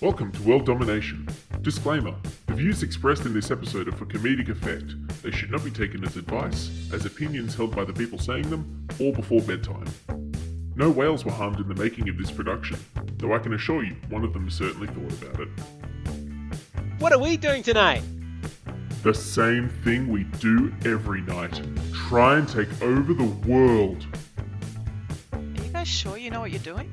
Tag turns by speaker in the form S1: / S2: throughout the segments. S1: Welcome to World Domination. Disclaimer The views expressed in this episode are for comedic effect. They should not be taken as advice, as opinions held by the people saying them, or before bedtime. No whales were harmed in the making of this production, though I can assure you one of them certainly thought about it.
S2: What are we doing tonight?
S1: The same thing we do every night try and take over the world.
S3: Are you guys sure you know what you're doing?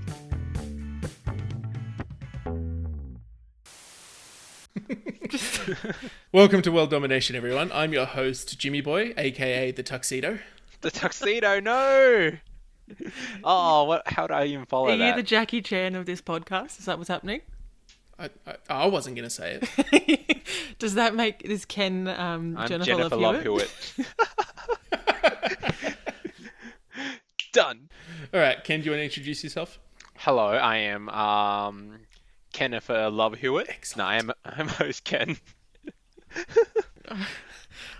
S4: Welcome to World Domination, everyone. I'm your host, Jimmy Boy, aka the Tuxedo.
S2: The tuxedo, no. Oh, what? How do I even follow
S3: Are you
S2: that?
S3: the Jackie Chan of this podcast? Is that what's happening?
S4: I, I, I wasn't gonna say it.
S3: Does that make is Ken um,
S2: I'm
S3: Jennifer,
S2: Jennifer
S3: Love
S2: Love
S3: Hewitt?
S2: Hewitt. Done.
S4: All right, Ken, do you want to introduce yourself?
S2: Hello, I am um, Kenifer Love Hewitt. No, I am I'm host Ken.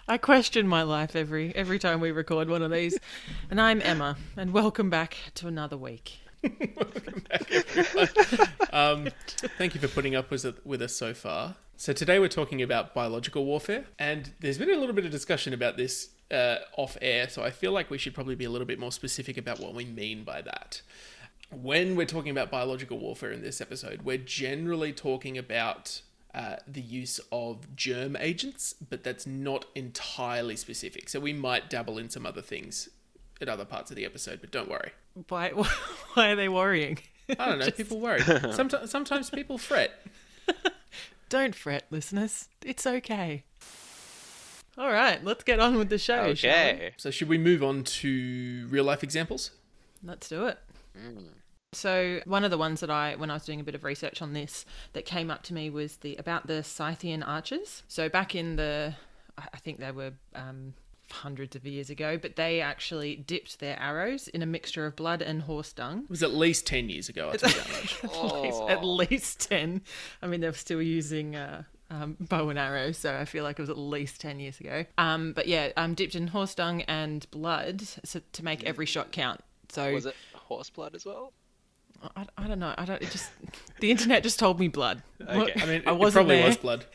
S3: I question my life every every time we record one of these. and I'm Emma, and welcome back to another week.
S4: Welcome back, everyone. um, thank you for putting up with, with us so far. So today we're talking about biological warfare, and there's been a little bit of discussion about this uh, off air. So I feel like we should probably be a little bit more specific about what we mean by that. when we're talking about biological warfare in this episode, we're generally talking about uh, the use of germ agents, but that's not entirely specific. So we might dabble in some other things at other parts of the episode, but don't worry.
S3: Why why are they worrying?
S4: I don't know. People worry. Sometimes, sometimes people fret.
S3: Don't fret, listeners. It's okay. All right, let's get on with the show. shall we?
S2: Okay.
S4: So should we move on to real life examples?
S3: Let's do it. So one of the ones that I, when I was doing a bit of research on this, that came up to me was the about the Scythian archers. So back in the, I I think they were um, hundreds of years ago, but they actually dipped their arrows in a mixture of blood and horse dung.
S4: It was at least ten years ago. I'll tell you that much.
S3: At least- at least ten. I mean, they were still using. Uh, um, bow and arrow, so I feel like it was at least ten years ago. Um, but yeah, um, dipped in horse dung and blood so, to make every shot count. So
S2: Was it horse blood as well?
S3: I, I don't know. I don't. It just the internet just told me blood.
S2: Okay.
S4: I mean, it,
S3: I
S4: it
S3: wasn't
S4: probably
S3: there.
S4: was blood.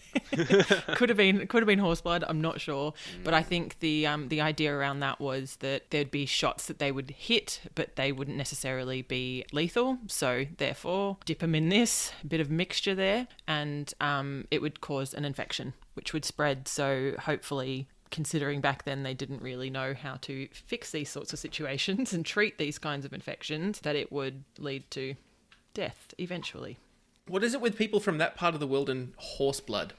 S3: could have been could have been horse blood. I'm not sure, but I think the um the idea around that was that there'd be shots that they would hit, but they wouldn't necessarily be lethal. So therefore, dip them in this bit of mixture there, and um it would cause an infection, which would spread. So hopefully. Considering back then they didn't really know how to fix these sorts of situations and treat these kinds of infections, that it would lead to death eventually.
S4: What is it with people from that part of the world and horse blood?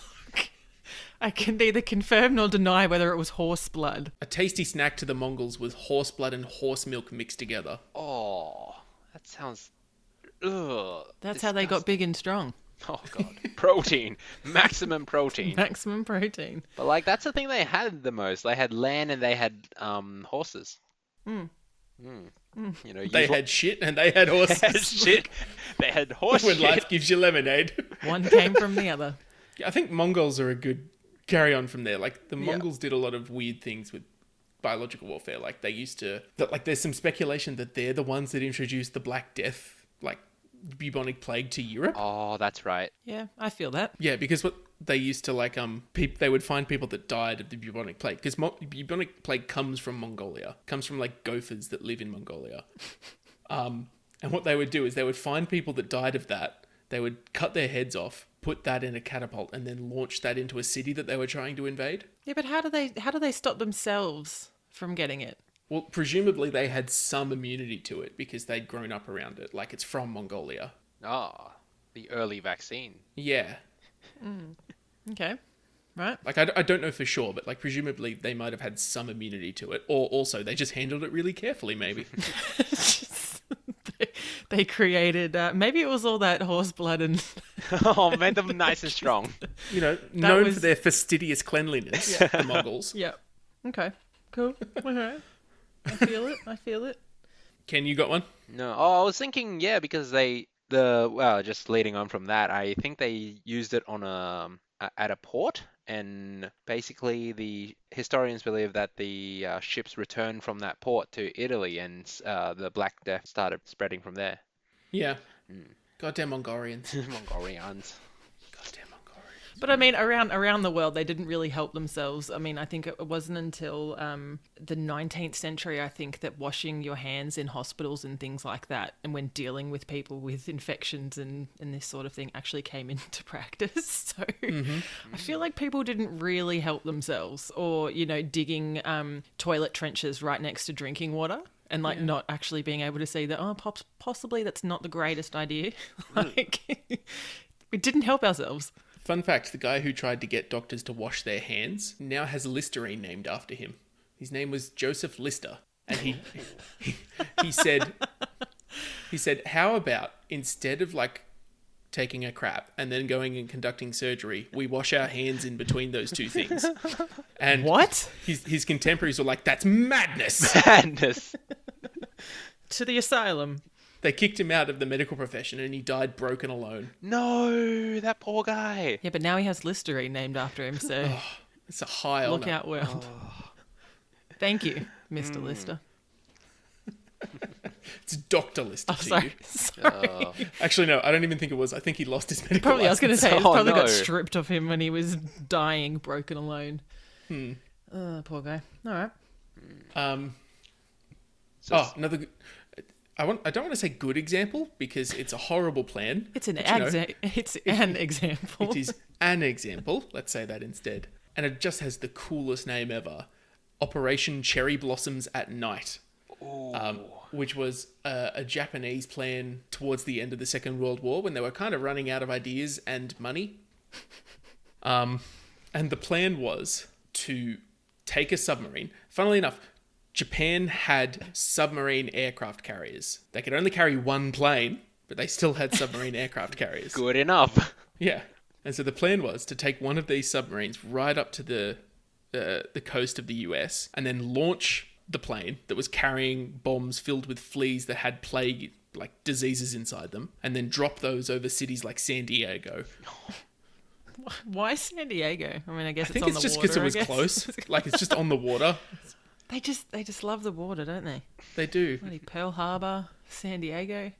S3: I can neither confirm nor deny whether it was horse blood.
S4: A tasty snack to the Mongols was horse blood and horse milk mixed together.
S2: Oh, that sounds. Ugh,
S3: That's how they got big and strong.
S2: disgust- Oh god, protein, maximum protein.
S3: Maximum protein.
S2: But like that's the thing they had the most. They had land and they had um horses. Mm. You know,
S4: They
S2: you've all-
S4: had shit and they
S2: had
S4: had horses.
S2: shit. They had horse
S4: when
S2: shit.
S4: life gives you lemonade.
S3: One came from the other.
S4: I think Mongols are a good carry on from there. Like the Mongols did a lot of weird things with biological warfare. Like they used to that like there's some speculation that they're the ones that introduced the Black Death, like bubonic plague to Europe.
S2: Oh, that's right.
S3: Yeah, I feel that.
S4: Yeah, because what they used to like um peop they would find people that died of the bubonic plague because Mo- bubonic plague comes from Mongolia, comes from like gophers that live in Mongolia. Um, and what they would do is they would find people that died of that. They would cut their heads off, put that in a catapult, and then launch that into a city that they were trying to invade.
S3: Yeah, but how do they how do they stop themselves from getting it?
S4: Well, presumably they had some immunity to it because they'd grown up around it. Like it's from Mongolia.
S2: Ah, the early vaccine.
S4: Yeah.
S3: Okay. Right?
S4: Like, I, I don't know for sure, but like, presumably they might have had some immunity to it, or also they just handled it really carefully, maybe.
S3: they, they created uh, maybe it was all that horse blood and
S2: oh, made them nice and strong.
S4: you know, known
S3: was-
S4: for their fastidious cleanliness, the Mongols.
S3: Yeah. Okay. Cool. All right. I feel it. I feel it.
S4: Ken, you got one?
S2: No. Oh, I was thinking, yeah, because they the well, just leading on from that, I think they used it on a a- at a port, and basically the historians believe that the uh, ships returned from that port to Italy, and uh, the Black Death started spreading from there.
S4: Yeah. Goddamn Mongolians.
S2: Mongolians.
S4: Goddamn Mongolians.
S3: But I mean, around around the world, they didn't really help themselves. I mean, I think it wasn't until um, the 19th century, I think, that washing your hands in hospitals and things like that, and when dealing with people with infections and, and this sort of thing, actually came into practice. So I feel like people didn't really help themselves, or you know, digging um, toilet trenches right next to drinking water. And like not actually being able to see that oh pops possibly that's not the greatest idea like we didn't help ourselves
S4: Fun fact the guy who tried to get doctors to wash their hands now has Listerine named after him. His name was Joseph Lister. And he, he, he said, he said, how about instead of like taking a crap and then going and conducting surgery, we wash our hands in between those two things. And
S3: What?
S4: His, his contemporaries were like, that's madness.
S2: Madness.
S3: To the asylum.
S4: they kicked him out of the medical profession and he died broke and alone.
S2: No, that poor guy.
S3: Yeah, but now he has Listerine named after him,
S4: Oh,
S3: so
S4: It's a high
S3: look
S4: honor.
S3: out world.
S4: Oh.
S3: Thank you, Mr.
S4: Hmm.
S3: Lister.
S4: It's Dr. Lister
S3: Oh,
S4: to you.
S3: sorry. sorry.
S4: Actually, no, I don't even think it was. I think he lost his medical
S3: probably, I was going to
S4: license.
S3: say, it
S2: Oh,
S3: probably
S2: no.
S3: got stripped of him when he was dying, broken alone. Hmm. Uh, poor guy. All right.
S4: Um,
S2: So
S4: oh, another. Good, I want. I don't want to say good example because it's a horrible plan.
S3: It's an,
S4: but you know,
S3: exa- it's an example.
S4: It is an example. Let's say that instead, and it just has the coolest name ever, Operation Cherry Blossoms at Night. Um, which was a, a Japanese plan towards the end of the Second World War when they were kind of running out of ideas and money. Um, and the plan was to take a submarine. Funnily enough, Japan had submarine aircraft carriers. They could only carry one plane, but they still had submarine aircraft carriers.
S2: good enough.
S4: Yeah. And so the plan was to take one of these submarines right up to the uh, the coast of the US and then launch the plane that was carrying bombs filled with fleas that had plague like diseases inside them and then drop those over cities like San Diego.
S3: Why San Diego? I mean, I guess
S4: I think
S3: it's on
S4: it's
S3: the
S4: just because
S3: water.
S4: it
S3: I
S4: was
S3: guess.
S4: close. like it's just on the water.
S3: They just they just love the water, don't they?
S4: They do.
S3: Bloody Pearl Harbor, San Diego.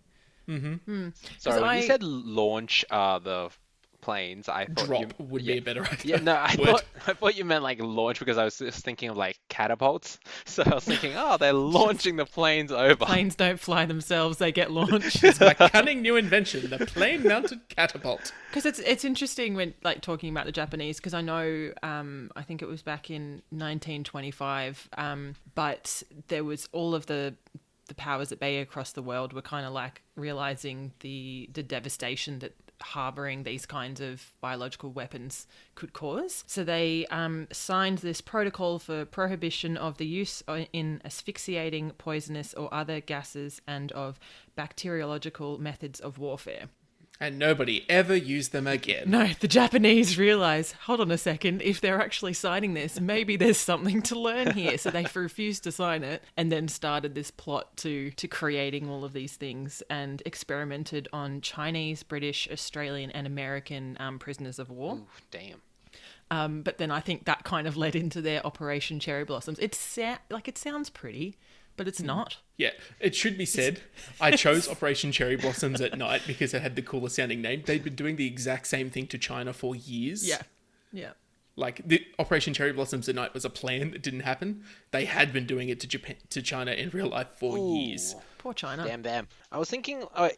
S2: Sorry, when you
S3: I-
S2: said launch uh, the planes, I thought
S4: Drop
S2: you
S4: would
S2: yeah.
S4: be a better idea.
S2: Yeah, no, I
S4: word.
S2: thought I thought you meant like launch because I was just thinking of like catapults. So I was thinking, oh, they're launching the planes over.
S3: Planes don't fly themselves; they get launched.
S4: It's my cunning new invention, the plane mounted catapult.
S3: because it's it's interesting when like talking about the Japanese because I know um, I think it was back in 1925, um, but there was all of the the powers that be across the world were kind of like realizing the the devastation that harboring these kinds of biological weapons could cause. So they um, signed this protocol for prohibition of the use o- in asphyxiating poisonous or other gases and of bacteriological methods of warfare.
S4: And nobody ever used them again.
S3: No, the Japanese realize, hold on a second, if they're actually signing this, maybe there's something to learn here. So they refused to sign it and then started this plot to to creating all of these things and experimented on Chinese, British, Australian, and American um, prisoners of war.
S2: Ooh, damn.
S3: Um, but then I think that kind of led into their Operation Cherry Blossoms. It's sa- like it sounds pretty, but it's not.
S4: Yeah, it should be said. I chose Operation Cherry Blossoms at night because it had the coolest sounding name. They'd been doing the exact same thing to China for years.
S3: Yeah, yeah.
S4: Like the Operation Cherry Blossoms at night was a plan that didn't happen. They had been doing it to Japan to China in real life for years.
S3: Poor China.
S2: Damn, damn. I was thinking, uh,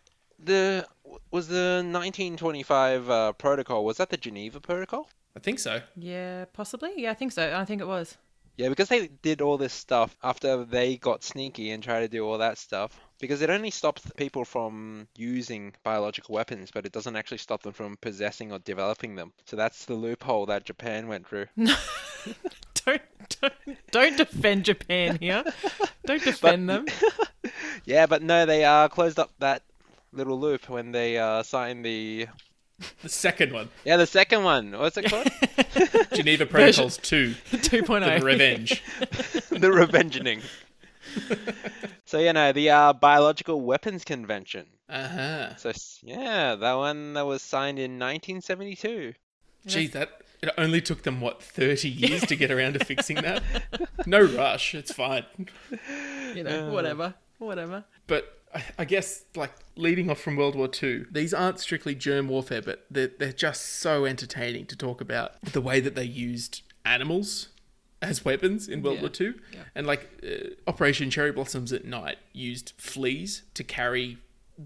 S2: the was the 1925 uh, protocol. Was that the Geneva Protocol?
S4: I think so.
S3: Yeah, possibly. Yeah, I think so. I think it was.
S2: Yeah, because they did all this stuff after they got sneaky and tried to do all that stuff. Because it only stops people from using biological weapons, but it doesn't actually stop them from possessing or developing them. So that's the loophole that Japan went through.
S3: don't don't don't defend Japan here. Don't defend them.
S2: Yeah, but no, they uh, closed up that little loop when they uh, signed the
S4: The second one,
S2: yeah the second one. What's it called?
S4: Geneva Protocols Two,
S3: 2.0.
S4: the Revenge.
S2: the Revengeing. so you know the uh, biological weapons convention.
S4: Uh huh.
S2: So s- yeah, that one that was signed in 1972.
S4: Gee, that it only took them what thirty years to get around to fixing that. No rush. It's fine.
S3: You know, whatever, whatever.
S4: But I- I guess, like leading off from World War II, these aren't strictly germ warfare, but they're, they're just so entertaining to talk about the way that they used animals as weapons in World
S3: Yeah.
S4: War II. And like uh, Operation Cherry Blossoms at night used fleas to carry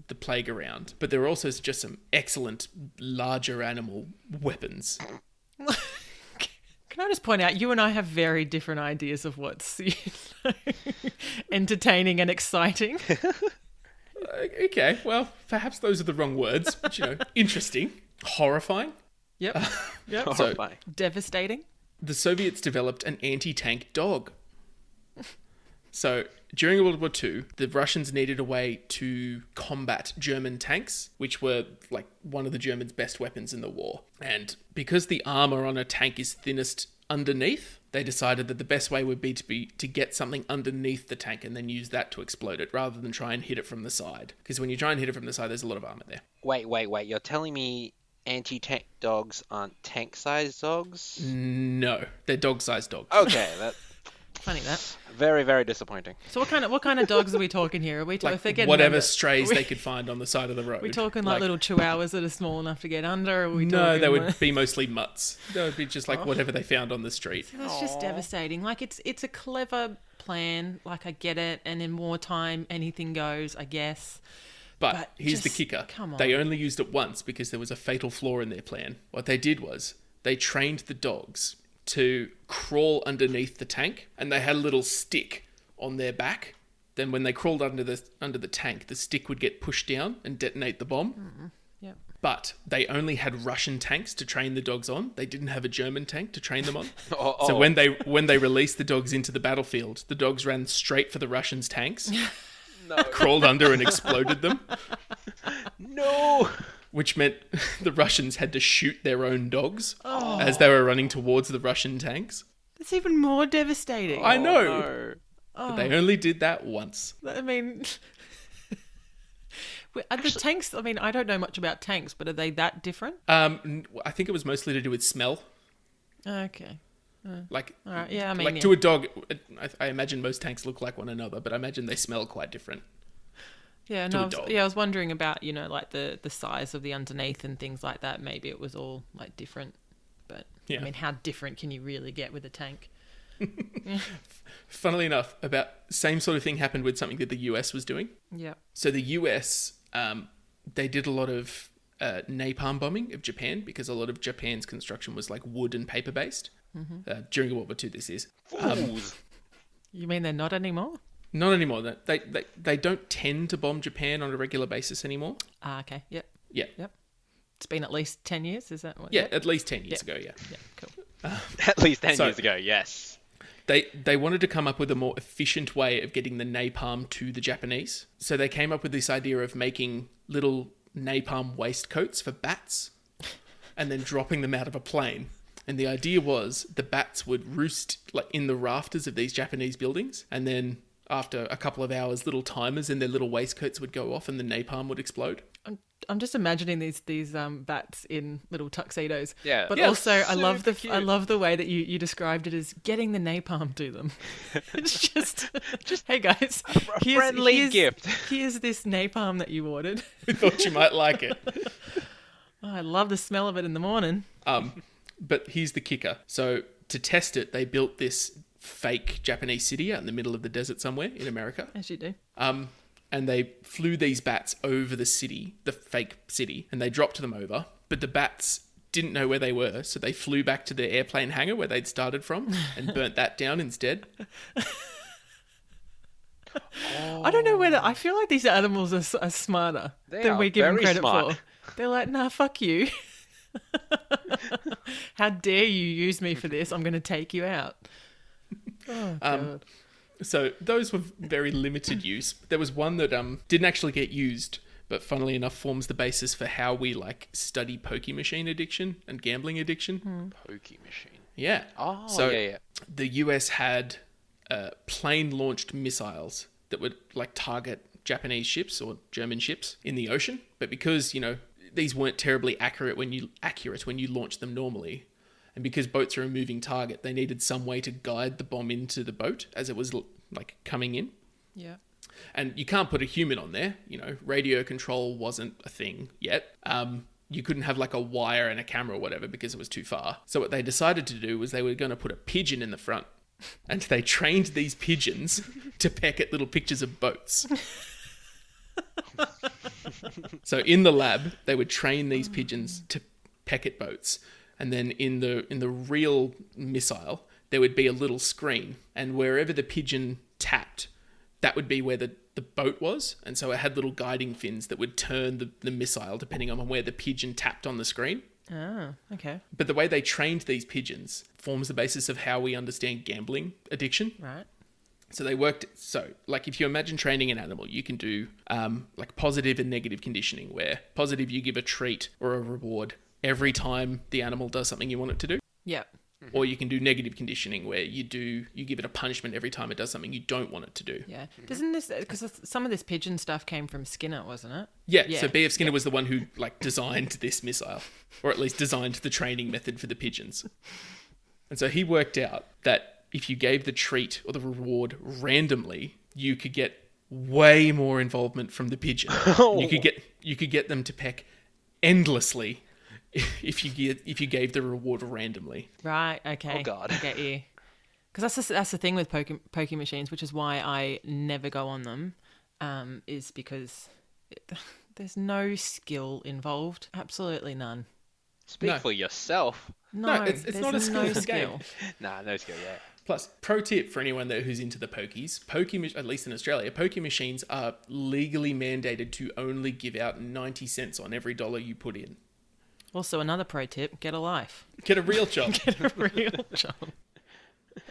S4: the plague around, but there were also just some excellent larger animal weapons.
S3: Can I just point out, you and I have very different ideas of what's you know, entertaining and exciting.
S4: O- Uh, Okay, well, perhaps those are the wrong words, but you know, interesting, horrifying.
S3: Yep. Yep.
S4: Oh.
S2: Horrifying.
S3: Devastating.
S4: the Soviets developed an anti tank dog. So during World War II, the Russians needed a way to combat German tanks, which were like one of the Germans' best weapons in the war. And because the armor on a tank is thinnest underneath, they decided that the best way would be to be to get something underneath the tank and then use that to explode it rather than try and hit it from the side. Because when you try and hit it from the side, there's a lot of armor there.
S2: Wait, wait, wait. You're telling me anti-tank dogs aren't tank-sized dogs?
S4: Mm. No, they're dog-sized dogs.
S2: Okay, that's
S3: Funny that.
S2: very, very disappointing.
S3: So what kind of what kind of dogs are we talking here? Are we talking
S4: like whatever strays they could find on the side of the road.
S3: We're talking like, little chihuahuas that are small enough to get under. Are we
S4: No,
S3: talking uh, Oh.
S4: they would
S3: like-
S4: be mostly mutts. That would be just like whatever they found on the street.
S3: That's just devastating. Like it's it's a clever plan. Like I get it, and in wartime anything goes. I guess.
S4: But,
S3: But
S4: here's the
S3: just-
S4: kicker:
S3: come
S4: they
S3: on.
S4: only used it once because there was a fatal flaw in their plan. What they did was they trained the dogs to crawl underneath the tank, and they had a little stick on their back. Then, when they crawled under the under the tank, the stick would get pushed down and detonate the bomb.
S3: Yep.
S4: But they only had Russian tanks to train the dogs on. They didn't have a German tank to train them on.
S2: Oh,
S4: So
S2: oh.
S4: when they when they released the dogs into the battlefield, the dogs ran straight for the Russians' tanks, crawled under and exploded them,
S2: No.
S4: which meant the Russians had to shoot their own dogs
S3: Oh.
S4: as they were running towards the Russian tanks.
S3: That's even more devastating.
S4: I know,
S2: Oh, No.
S3: Oh.
S4: but they only did that once.
S3: I mean, Wait, are the tanks? I mean, I don't know much about tanks, but are they that different?
S4: Um, n- I think it was mostly to do with smell,
S3: Okay.
S4: like.
S3: All right. Yeah. I mean,
S4: like
S3: yeah.
S4: to a dog, I, I imagine most tanks look like one another, but I imagine they smell quite different.
S3: yeah,
S4: to
S3: no,
S4: a
S3: I was,
S4: dog.
S3: yeah. I was wondering about you know like the the size of the underneath and things like that. Maybe it was all like different, but
S4: Yeah.
S3: I mean, how different can you really get with a tank?
S4: Funnily enough, about same sort of thing happened with something that the US was doing.
S3: Yep.
S4: So the US, um, they did a lot of uh, napalm bombing of Japan because a lot of Japan's construction was like wood and paper based. Uh, during World War II, this is
S2: Fools.
S3: You mean they're not anymore?
S4: not anymore. They- They, they they don't tend to bomb Japan on a regular basis anymore.
S3: Ah, okay. Yep.
S4: Yeah,
S3: Yep. It's been at least ten years. Is that what?
S4: yeah,
S3: Yep.
S4: at least ten years ago. Yeah,
S3: Yeah. Cool.
S2: At least ten
S4: So-
S2: years ago. Yes.
S4: they they wanted to come up with a more efficient way of getting the napalm to the Japanese. So they came up with this idea of making little napalm waistcoats for bats and then dropping them out of a plane. And the idea was the bats would roost like in the rafters of these Japanese buildings and then after a couple of hours little timers in their little waistcoats would go off and the napalm would explode.
S3: I'm, I'm just imagining these these um bats in little tuxedos.
S2: Yeah.
S3: But
S4: Yeah,
S3: also, I love the
S4: super
S3: I
S4: cute.
S3: love the way that you you described it as getting the napalm to them. it's just just hey guys,
S2: friendly gift."
S3: Here's this napalm that you ordered.
S4: We thought you might like it.
S3: Oh, I love the smell of it in the morning.
S4: Um, but here's the kicker. So to test it, they built this fake Japanese city out in the middle of the desert somewhere in America.
S3: As you do.
S4: Um, and they flew these bats over the city, the fake city, and they dropped them over. But the bats didn't know where they were, so they flew back to their airplane hangar where they'd started from and burnt that down instead.
S3: I don't know whether I feel like these animals are, s- are smarter
S2: They
S3: than
S2: are
S3: we give them
S2: very
S3: credit
S2: smart.
S3: for. They're like, nah, fuck you. How dare you use me for this? I'm going to take you out. Oh, God.
S4: So those were very limited use. There was one that um didn't actually get used, but funnily enough forms the basis for how we like study pokey machine addiction and gambling addiction.
S2: Pokey machine.
S4: Yeah.
S2: Oh,
S4: So-
S2: yeah, yeah.
S4: the US had uh, plane launched missiles that would like target Japanese ships or German ships in the ocean, but because you know these weren't terribly accurate when you accurate when you launched them normally, and because boats are a moving target, they needed some way to guide the bomb into the boat as it was l- like coming in.
S3: yeah.
S4: and you can't put a human on there. You know, radio control wasn't a thing yet. Um, you couldn't have like a wire and a camera or whatever because it was too far. So what they decided to do was they were going to put a pigeon in the front, and they trained these pigeons to peck at little pictures of boats. So in the lab, they would train these pigeons to peck at boats, and then in the in the real missile, there would be a little screen, and wherever the pigeon tapped, that would be where the the boat was, and so it had little guiding fins that would turn the, the missile depending on where the pigeon tapped on the screen.
S3: Oh, okay.
S4: But the way they trained these pigeons forms the basis of how we understand gambling addiction.
S3: Right.
S4: So they worked. So, like, if you imagine training an animal, you can do um, like positive and negative conditioning, where positive you give a treat or a reward every time the animal does something you want it to do,
S3: Yep.
S4: or you can do negative conditioning, where you do you give it a punishment every time it does something you don't want it to do.
S3: Yeah. Doesn't this because some of this pigeon stuff came from Skinner, wasn't it?
S4: Yeah.
S3: Yeah.
S4: So B.F. Skinner was the one who like designed this missile, or at least designed the training method for the pigeons. And so he worked out that if you gave the treat or the reward randomly, you could get way more involvement from the pigeon. You could get you could get them to peck endlessly if you get, if you gave the reward randomly.
S3: Right. Okay.
S2: God.
S3: I get you. Because that's the, that's the thing with poke, poke machines, which is why I never go on them, um, is because it, there's no skill involved. Absolutely none.
S2: Speak
S4: No.
S2: for yourself.
S3: No,
S4: it's- it's
S3: there's
S4: not a
S3: no
S4: skillful game.
S3: skill.
S2: Nah, no skill, yeah.
S4: Plus, pro tip for anyone that who's into the pokies, pokey mach- at least in Australia, pokey machines are legally mandated to only give out 90 cents on every dollar you put in.
S3: Also, another pro tip: get a life.
S4: Get a real job.
S3: a real job.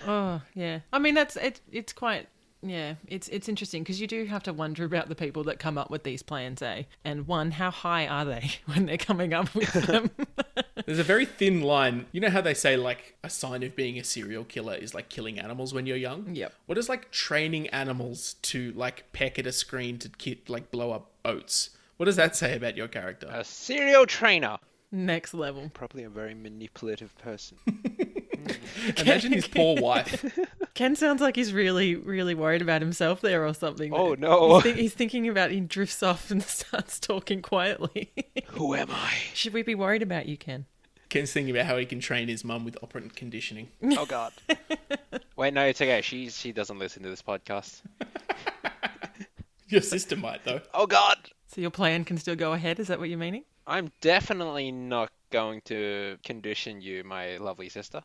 S3: Oh yeah, I mean that's it. It's quite yeah. It's it's interesting because you do have to wonder about the people that come up with these plans, eh? And one, how high are they when they're coming up with them?
S4: There's a very thin line. You know how they say like a sign of being a serial killer is like killing animals when you're young.
S3: Yep.
S4: What is like training animals to like peck at a screen to ki- like blow up boats? What does that say about your character?
S2: A serial trainer.
S3: Next level.
S2: Probably a very manipulative person.
S4: Imagine his poor wife.
S3: Ken sounds like he's really really worried about himself there or something.
S2: Oh,
S3: He's
S2: no.
S3: thi- he's thinking about he drifts off and starts talking quietly.
S2: Who am I?
S3: Should we be worried about you, Ken?
S4: Ken's thinking about how he can train his mum with operant conditioning.
S2: Oh god. Wait, no, it's okay. She she doesn't listen to this podcast.
S4: Your sister might though.
S2: Oh god.
S3: So your plan can still go ahead. Is that what you're meaning?
S2: I'm definitely not going to condition you, my lovely sister.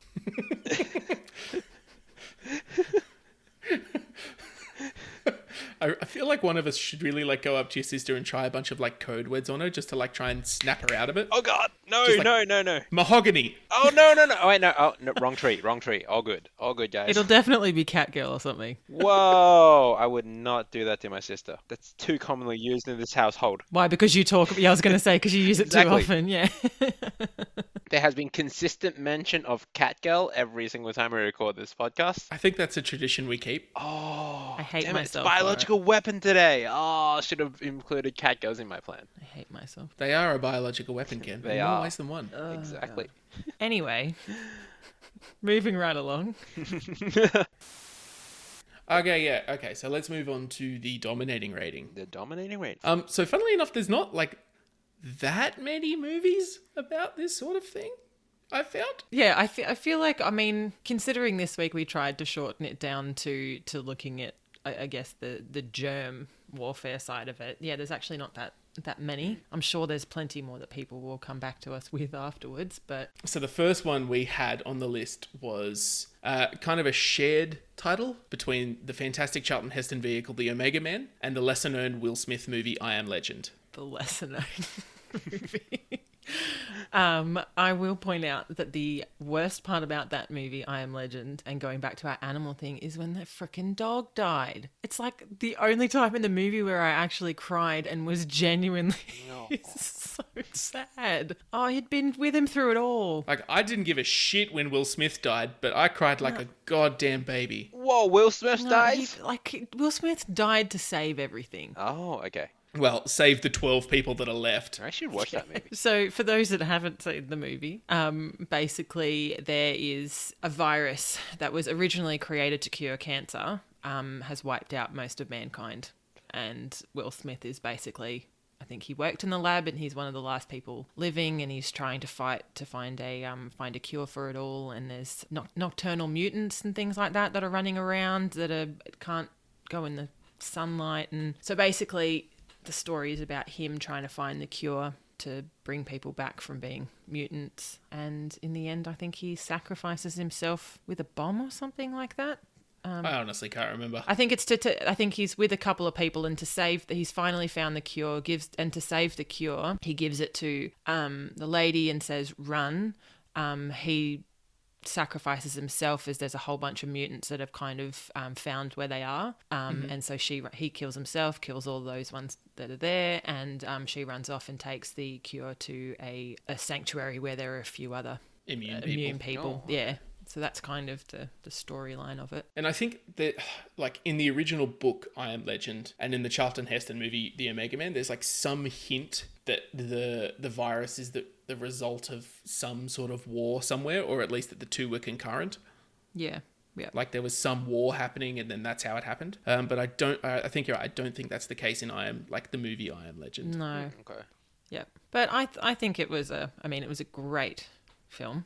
S4: I, I feel like one of us should really like go up to your sister and try a bunch of like code words on her just to like try and snap her out of it.
S2: Oh god. No,
S4: Just like-
S2: no, no, no.
S4: Mahogany.
S2: Oh no, no, no. Oh wait, no. Oh, no, wrong tree. Wrong tree. All good. All good, guys.
S3: It'll definitely be Catgirl or something.
S2: Whoa! I would not do that to my sister. That's too commonly used in this household.
S3: Why? Because you talk. Yeah, I was going to say because you use it
S2: Exactly.
S3: too often. Yeah.
S2: There has been consistent mention of catgirl every single time we record this podcast.
S4: I think that's a tradition we keep.
S2: Oh,
S3: I hate
S2: damn
S3: myself
S2: It,
S3: for
S2: it's
S3: it.
S2: biological weapon today. Oh, I should have included catgirls in my plan.
S3: I hate myself.
S4: They are a biological weapon, Ken.
S2: They
S4: in
S2: are.
S4: more ways than one.
S2: exactly.
S3: Anyway, moving right along.
S4: Okay, yeah, okay. So let's move on to the dominating rating.
S2: The dominating rate.
S4: Um, so funnily enough, there's not like that many movies about this sort of thing. I found.
S3: Yeah, I fe- I feel like I mean, considering this week we tried to shorten it down to to looking at I, I guess the the germ warfare side of it. Yeah, there's actually not that that many. I'm sure there's plenty more that people will come back to us with afterwards, but
S4: So the first one we had on the list was uh, kind of a shared title between the fantastic Charlton Heston vehicle, The Omega Man, and the lesser known Will Smith movie, I Am Legend.
S3: the lesser known movie. um, I will point out that the worst part about that movie, I Am Legend, and going back to our animal thing, is when that frickin' dog died. It's like the only time in the movie where I actually cried and was genuinely so sad. Oh, he'd been with him through it all.
S4: Like I didn't give a shit when Will Smith died, but I cried like a goddamn baby.
S2: Whoa, Will Smith
S3: No, he-
S2: dies.
S3: like Will Smith died to save everything.
S2: Oh, okay.
S4: Well, save the twelve people that are left.
S2: I should watch that movie.
S3: So, for those that haven't seen the movie, um, basically there is a virus that was originally created to cure cancer, um, has wiped out most of mankind. and Will Smith is basically I think he worked in the lab and he's one of the last people living and he's trying to fight to find a um, find a cure for it all and there's noc- nocturnal mutants and things like that that are running around that are can't go in the sunlight and so basically the story is about him trying to find the cure to bring people back from being mutants and in the end I think he sacrifices himself with a bomb or something like that
S4: I honestly can't remember.
S3: I think it's to, to. I think he's with a couple of people, and to save, he's finally found the cure. Gives and to save the cure, he gives it to um, the lady and says, "Run." Um, he sacrifices himself as there's a whole bunch of mutants that have kind of um, found where they are, um, and so she he kills himself, kills all those ones that are there, and um, she runs off and takes the cure to a, a sanctuary where there are a few other
S4: Immune people.
S3: immune people.
S2: Oh.
S3: Yeah, so that's kind of the the storyline of it.
S4: And I think that, like, in the original book, I Am Legend, and in the Charlton Heston movie, The Omega Man, there's, like, some hint that the the virus is the, the result of some sort of war somewhere, or at least that the two were concurrent.
S3: Yeah, yeah.
S4: Like, there was some war happening, and then that's how it happened. Um, but I don't, I, I think you're right. I don't think that's the case in I Am, like, the movie I Am Legend.
S3: No,
S2: Okay.
S3: Yeah, but I th- I think it was a I mean it was a great film.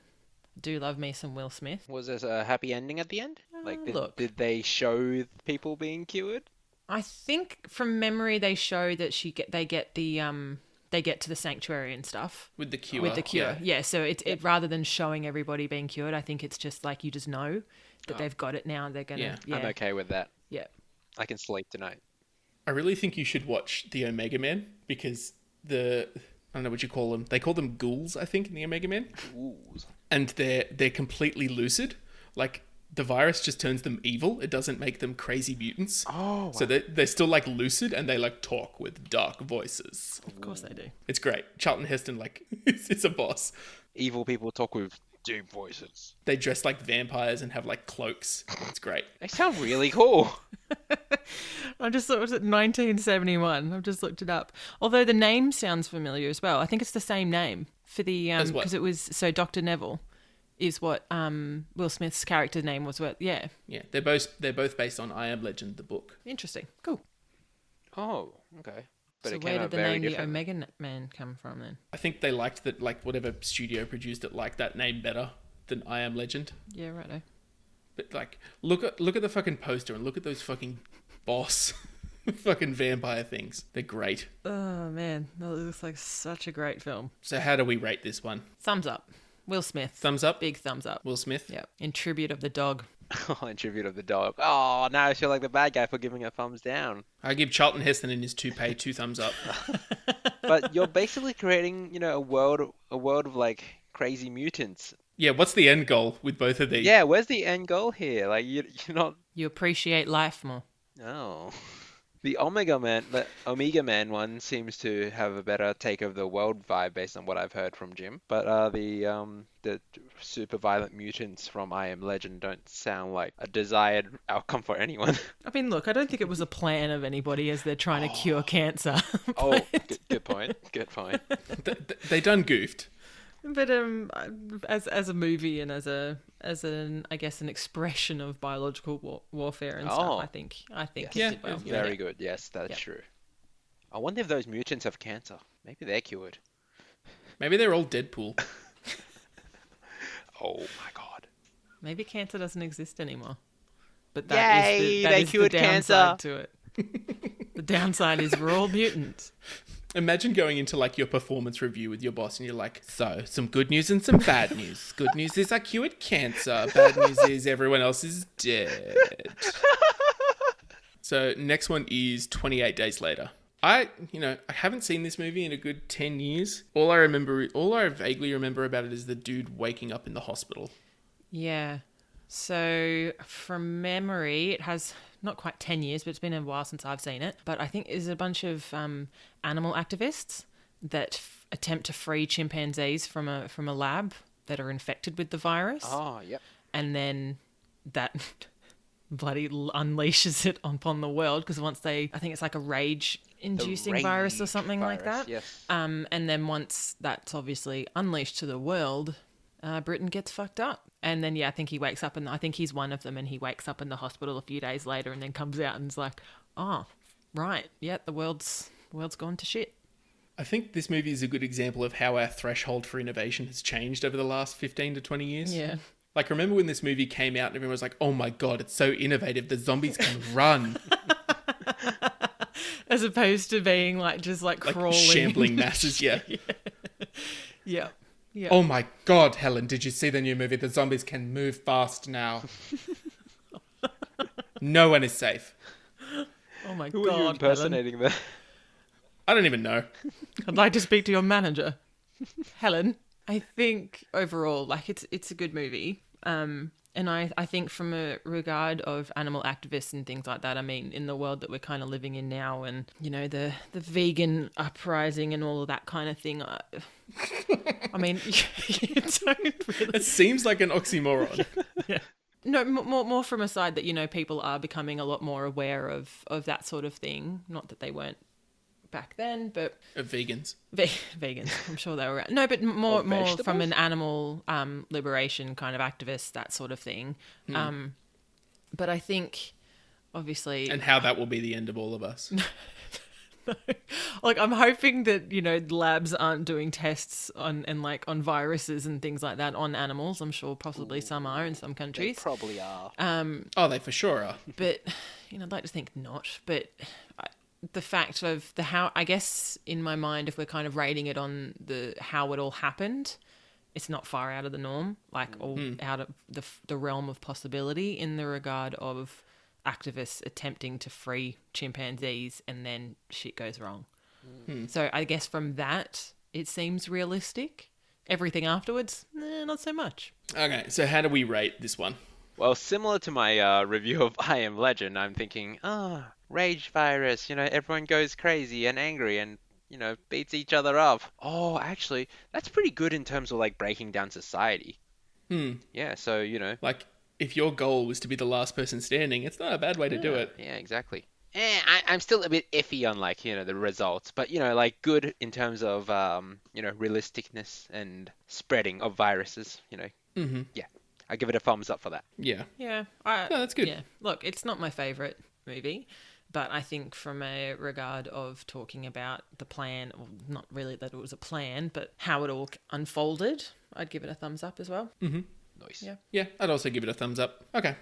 S3: Do love me some Will Smith.
S2: Was there a happy ending at the end? Like,
S3: Uh,
S2: did,
S3: look.
S2: did they show people being cured?
S3: I think from memory they show that she get they get the um they get to the sanctuary and stuff
S4: With the cure.
S3: with the cure.
S4: yeah.
S3: Yeah, so it's it rather than showing everybody being cured, I think it's just like you just know that they've got it now. They're gonna
S4: Yeah.
S3: yeah yeah.
S2: I'm okay with that. I can sleep tonight.
S4: I really think you should watch the Omega Man because the I don't know what you call them. They call them ghouls, I think, in the Omega Man,
S2: Ooh.
S4: and they're they're completely lucid. Like the virus just turns them evil. It doesn't make them crazy mutants.
S2: Oh,
S4: so they they're still like lucid and they like talk with dark voices.
S3: Of course they do.
S4: It's great. Charlton Heston like is, is a boss.
S2: Evil people talk with deep voices.
S4: They dress like vampires and have like cloaks. It's great.
S2: They sound really cool.
S3: I just thought it was at 1971. I've just looked it up. Although the name sounds familiar as well. I think it's the same name for the um
S4: As what?
S3: because it was so Dr. Neville is what um Will Smith's character name was what yeah.
S4: Yeah, they're both they're both based on I Am Legend the book.
S3: Interesting. Cool.
S2: Oh, okay. But
S3: so
S2: it came
S3: where
S2: out
S3: did the
S2: very
S3: name the
S2: differently.
S3: Omega Na- Man come from then?
S4: I think they liked that like whatever studio produced it liked that name better than I Am Legend.
S3: Yeah, righto.
S4: But like, look at look at the fucking poster and look at those fucking boss, fucking vampire things. They're great.
S3: Oh man, that looks like such a great film.
S4: So how do we rate this one?
S3: Thumbs up. Will Smith.
S4: Thumbs up.
S3: Big thumbs up.
S4: Will Smith.
S3: Yep. In tribute of the dog.
S2: Oh, in tribute of the dog. Oh, now I feel like the bad guy for giving a thumbs down.
S4: I give Charlton Heston in his toupee two thumbs up.
S2: But you're basically creating, you know, a world, a world of like crazy mutants.
S4: yeah. What's the end goal with both of these?
S2: Yeah, where's the end goal here? Like you, you're not.
S3: You appreciate life more.
S2: No. The Omega Man, the Omega Man one seems to have a better take of the world vibe based on what I've heard from Jim. But uh, the um, the super violent mutants from I Am Legend don't sound like a desired outcome for anyone.
S3: I mean, look, I don't think it was a plan of anybody as they're trying to cure cancer.
S2: oh, good, good point. Good point.
S4: Th- th- they done goofed.
S3: But um, as as a movie and as a as an I guess an expression of biological war- warfare and
S2: Oh.
S3: stuff, I think I think
S4: Yeah,
S3: it did well.
S4: it's
S2: Very good. Yes, that's
S3: Yep.
S2: true. I wonder if those mutants have cancer. Maybe they're cured.
S4: Maybe they're all Deadpool.
S2: Oh my god.
S3: Maybe cancer doesn't exist anymore. But that is
S2: Yay,
S3: the, that
S2: they
S3: is
S2: cured
S3: the
S2: cancer.
S3: downside to it. the downside is we're all mutants.
S4: Imagine going into like your performance review with your boss and you're like, so some good news and some bad news. Good news is I cured cancer. Bad news is everyone else is dead. So next one is 28 days later. I, you know, I haven't seen this movie in a good 10 years. All I remember, all I vaguely remember about it is the dude waking up in the hospital.
S3: Yeah. So from memory, it has not quite ten years, but it's been a while since I've seen it. But I think is a bunch of um, animal activists that f- attempt to free chimpanzees from a from a lab that are infected with the virus,
S2: Oh, yep.
S3: and then that bloody l- unleashes it upon the world because once they, I think it's like a rage inducing virus or
S2: rage
S3: something like
S2: virus,
S3: that.
S2: yes.
S3: Um, and then once that's obviously unleashed to the world, uh, Britain gets fucked up. And then yeah, I think he wakes up and I think he's one of them, and he wakes up in the hospital a few days later, and then comes out and's like, oh. Right. Yeah, the world's world's gone to shit.
S4: I think this movie is a good example of how our threshold for innovation has changed over the last 15 to 20 years. Like, remember when this movie came out and everyone was like, oh my god, it's so innovative. The zombies can run
S3: As opposed to being like just like,
S4: like
S3: crawling.
S4: shambling masses. Yeah.
S3: Yeah. Yeah.
S4: Oh my god, Helen, did you see the new movie? The zombies can move fast now. no one is safe.
S3: Oh my
S2: Who
S3: god.
S2: are you
S3: Helen.
S2: impersonating there?
S4: I don't even know.
S3: I'd like to speak to your manager, Helen. I think overall, like it's it's a good movie. Um, and I, I think from a regard of animal activists and things like that, I mean, in the world that we're kind of living in now, and you know the the vegan uprising and all of that kind of thing. I, I mean, you don't really
S4: It seems like an oxymoron.
S3: no m- more more from a side that you know people are becoming a lot more aware of of that sort of thing. Not that they weren't back then, but
S4: of vegans.
S3: Ve- vegans. I'm sure they were. No, but more
S2: Or
S3: more from
S2: vegetables?
S3: an animal um, liberation kind of activist, that sort of thing.
S2: Hmm.
S3: Um, but I think, obviously,
S4: And how that will be the end of all of us.
S3: like I'm hoping that you know labs aren't doing tests on and like on viruses and things like that on animals. I'm sure possibly some are in some
S2: They
S3: countries.
S2: probably are.
S4: Oh, they for sure are.
S3: but you know, I'd like to think not. But I, the fact of the how, I guess, in my mind, if we're kind of rating it on the how it all happened, it's not far out of the norm, like all out of the f- the realm of possibility in the regard of activists attempting to free chimpanzees and then shit goes wrong. So I guess from that, it seems realistic. Everything afterwards, eh, not so much.
S4: Okay, so how do we rate this one?
S2: Well, similar to my uh, review of I Am Legend, I'm thinking, ah, rage virus. You know, everyone goes crazy and angry and you know beats each other up. Oh, actually, that's pretty good in terms of like breaking down society.
S4: Hmm.
S2: Yeah. So you know.
S4: Like, if your goal was to be the last person standing, it's not a bad way to do it.
S2: Yeah, exactly. Eh, I, I'm still a bit iffy on like you know the results, but you know like good in terms of um you know realisticness and spreading of viruses. You know.
S3: Mm-hmm.
S4: Mhm.
S2: Yeah, I give it a thumbs up for that.
S4: Yeah.
S3: Yeah, I,
S4: No, that's good.
S3: Yeah, look, it's not my favorite movie, but I think from a regard of talking about the plan, well, not really that it was a plan, but how it all unfolded, I'd give it a thumbs up as well.
S4: Mm.
S2: Nice.
S3: Yeah.
S4: Yeah, I'd also give it a thumbs up. Okay.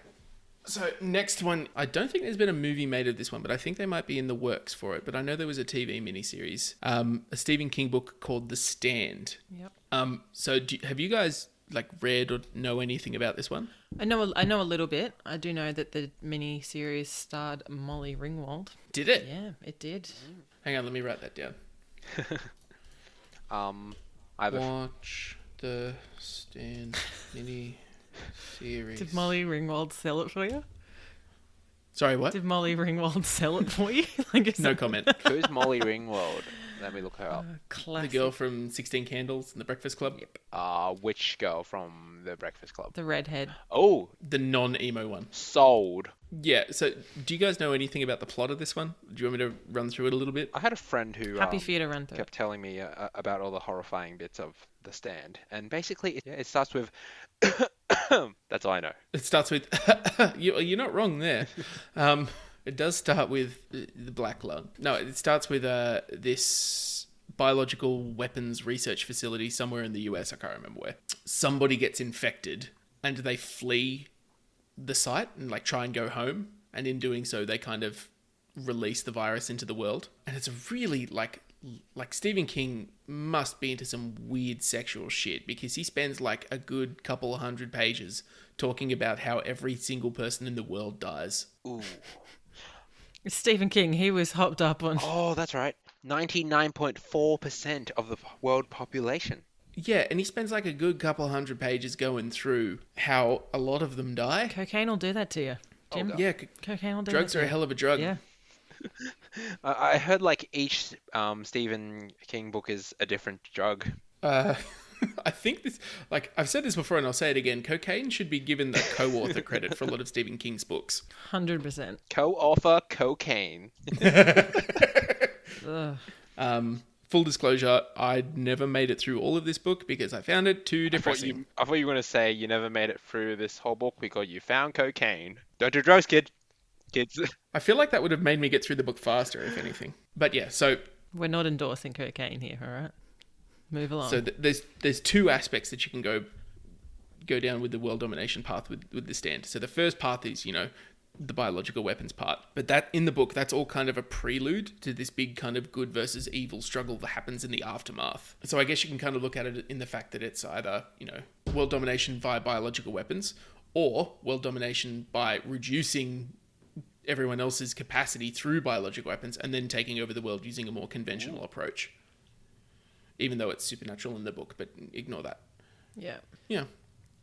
S4: So, next one, I don't think there's been a movie made of this one, but I think they might be in the works for it. But I know there was a TV miniseries, um, a Stephen King book called The Stand.
S3: Yep.
S4: Um, so, do, have you guys like read or know anything about this one?
S3: I know, a, I know a little bit. I do know that the mini series starred Molly Ringwald.
S4: Did it?
S3: Yeah, it did.
S4: Hang on, let me write that down.
S2: Um, I have a
S4: Watch The Stand mini series.
S3: Did Molly Ringwald sell it for you?
S4: Sorry, what?
S3: Did Molly Ringwald sell it for you? like it's
S4: No
S3: a
S4: comment.
S2: Who's Molly Ringwald? Let me look her up.
S4: the
S3: classic.
S4: girl from 16 Candles and The Breakfast Club.
S2: Uh, which girl from The Breakfast Club?
S3: The redhead.
S2: Oh,
S4: The non emo one.
S2: sold.
S4: Yeah, so do you guys know anything about the plot of this one? Do you want me to run through it a little bit?
S2: I had a friend who
S3: Happy
S2: um,
S3: for you to run through.
S2: kept telling me uh, uh, about all the horrifying bits of The Stand, and basically it, yeah, it starts with. That's all I know.
S4: It starts with, you, you're not wrong there. Um, it does start with the the black lung. No, it starts with uh, this biological weapons research facility somewhere in the US, I can't remember where. Somebody gets infected and they flee the site and like try and go home. And in doing so, they kind of release the virus into the world. And it's a really like like Stephen King must be into some weird sexual shit because he spends like a good couple hundred pages talking about how every single person in the world dies.
S2: Ooh.
S3: Stephen King, he was hopped up on.
S2: Oh, that's right. Ninety-nine point four percent of the po- world population.
S4: Yeah, and he spends like a good couple hundred pages going through how a lot of them die.
S3: Cocaine will do that to you, Jim.
S4: Yeah, c-
S3: Cocaine will do
S4: drugs
S3: that
S4: are
S3: to
S4: a hell of a drug.
S3: you. Yeah.
S2: I, I heard like each um, Stephen King book is a different drug.
S4: Uh, I think this, like I've said this before, and I'll say it again. Cocaine should be given the co-author credit for a lot of Stephen King's books.
S3: Hundred percent.
S2: Co-author cocaine.
S3: Ugh.
S4: Um, full disclosure, I'd never made it through all of this book because I found it too
S2: thought
S4: depressing.
S2: you, I thought you were going to say you never made it through this whole book because you found cocaine. Don't do drugs, kid. kids.
S4: I feel like that would have made me get through the book faster, if anything. But yeah, so
S3: We're not endorsing cocaine here, all right? Move along.
S4: So th- there's there's two aspects that you can go go down with the world domination path with with this stand. So the first path is you know the biological weapons part, but that in the book that's all kind of a prelude to this big kind of good versus evil struggle that happens in the aftermath. So I guess you can kind of look at it in the fact that it's either you know world domination via biological weapons or world domination by reducing everyone else's capacity through biological weapons and then taking over the world using a more conventional approach even though it's supernatural in the book, but ignore that.
S3: yeah.
S4: Yeah.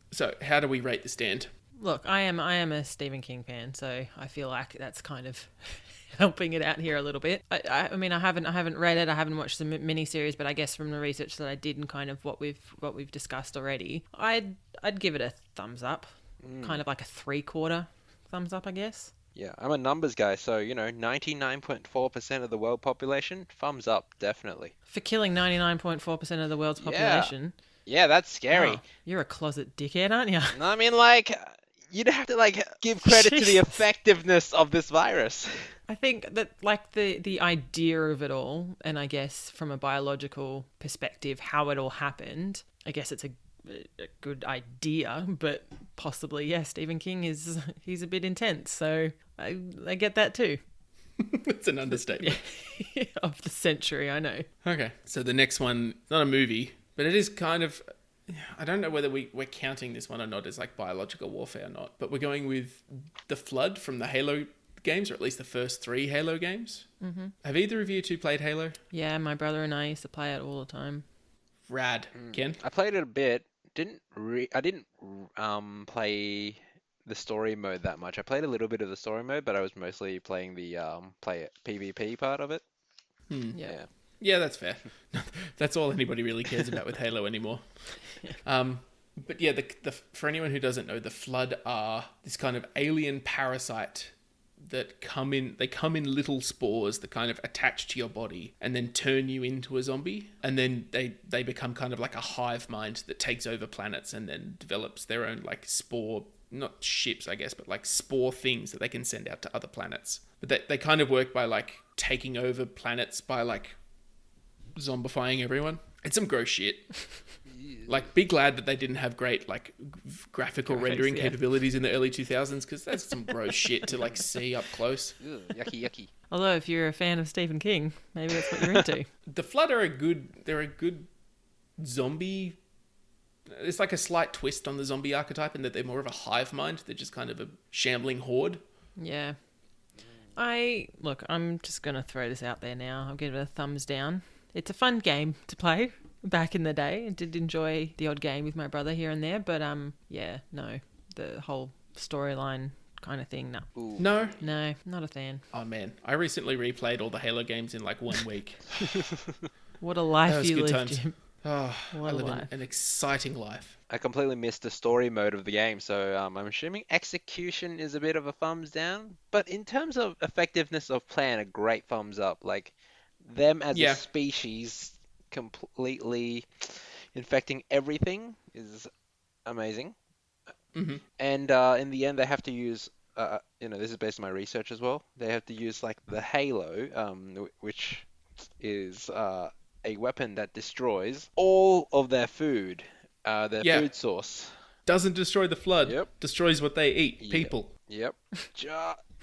S4: So, how do we rate the stand?
S3: Look, I am I am a Stephen King fan, so I feel like that's kind of helping it out here a little bit. I, I, I mean, I haven't I haven't read it, I haven't watched the mini series, but I guess from the research that I did and kind of what we've what we've discussed already, I'd I'd give it a thumbs up,
S4: Mm.
S3: kind of like a three quarter thumbs up, I guess.
S2: Yeah, I'm a numbers guy, so you know, 99.4% of the world population, thumbs up, definitely.
S3: For killing ninety nine point four percent of the world's population,
S2: Yeah, that's scary.
S3: Oh, you're a closet dickhead, aren't you?
S2: No, I mean, like, you'd have to like give credit to the
S3: Jesus.
S2: effectiveness of this virus.
S3: I think that like the the idea of it all, and I guess from a biological perspective, how it all happened. I guess it's a, a good idea, but possibly yeah, Stephen King is he's a bit intense, so I, I get that too.
S4: That's an understatement.
S3: of the century, I know.
S4: Okay. So, the next one, not a movie, but it is kind of. I don't know whether we, we're counting this one or not as like biological warfare or not, but we're going with The Flood from the Halo games, or at least the first three Halo games. Mm-hmm. Have either of you two played Halo?
S3: Yeah, my brother and I used to play it all the time.
S4: Rad. Ken?
S2: I played it a bit. Didn't re- I didn't r- um play the story mode that much. I played a little bit of the story mode, but I was mostly playing the um play it PvP part of it.
S3: Yeah.
S4: Yeah, that's fair. that's all anybody really cares about with Halo anymore. Um, but yeah, the, the for anyone who doesn't know, the Flood are this kind of alien parasite that come in. They come in little spores that kind of attach to your body and then turn you into a zombie. And then they they become kind of like a hive mind that takes over planets and then develops their own like spore not ships, I guess, but like spore things that they can send out to other planets. But they, they kind of work by like taking over planets by like zombifying everyone. It's some gross shit. like, be glad that they didn't have great like g- graphical rendering
S3: yeah.
S4: capabilities in the early 2000s because that's some gross shit to like see up close.
S2: Ugh, yucky, yucky.
S3: Although if you're a fan of Stephen King, maybe that's what you're into.
S4: The Flood are a good. They're a good zombie. It's like a slight twist on the zombie archetype in that they're more of a hive mind. They're just kind of a shambling horde.
S3: Yeah. I look, I'm just going to throw this out there now. I'll give it a thumbs down. It's a fun game to play back in the day. I did enjoy the odd game with my brother here and there, but um yeah, no. The whole storyline kind of thing, no.
S4: No,
S3: No, not a fan.
S4: oh man, I recently replayed all the Halo games in like one week.
S3: What a
S4: That
S3: life
S4: was
S3: you
S4: good
S3: lived,
S4: times.
S3: Jim.
S4: Oh, I
S3: What a
S4: live an,
S3: life.
S4: an exciting life.
S2: I completely missed the story mode of the game, so um, I'm assuming execution is a bit of a thumbs down. But in terms of effectiveness of plan, a great thumbs up. Like them as
S4: Yeah.
S2: a species completely infecting everything is amazing.
S4: Mhm.
S2: And uh, in the end, they have to use. Uh, you know, this is based on my research as well. They have to use like the halo, um, wh- which is uh, a weapon that destroys all of their food, uh, their
S4: Yeah.
S2: food source.
S4: doesn't destroy the flood.
S2: Yep.
S4: Destroys what they eat. People.
S2: Yep. Ju-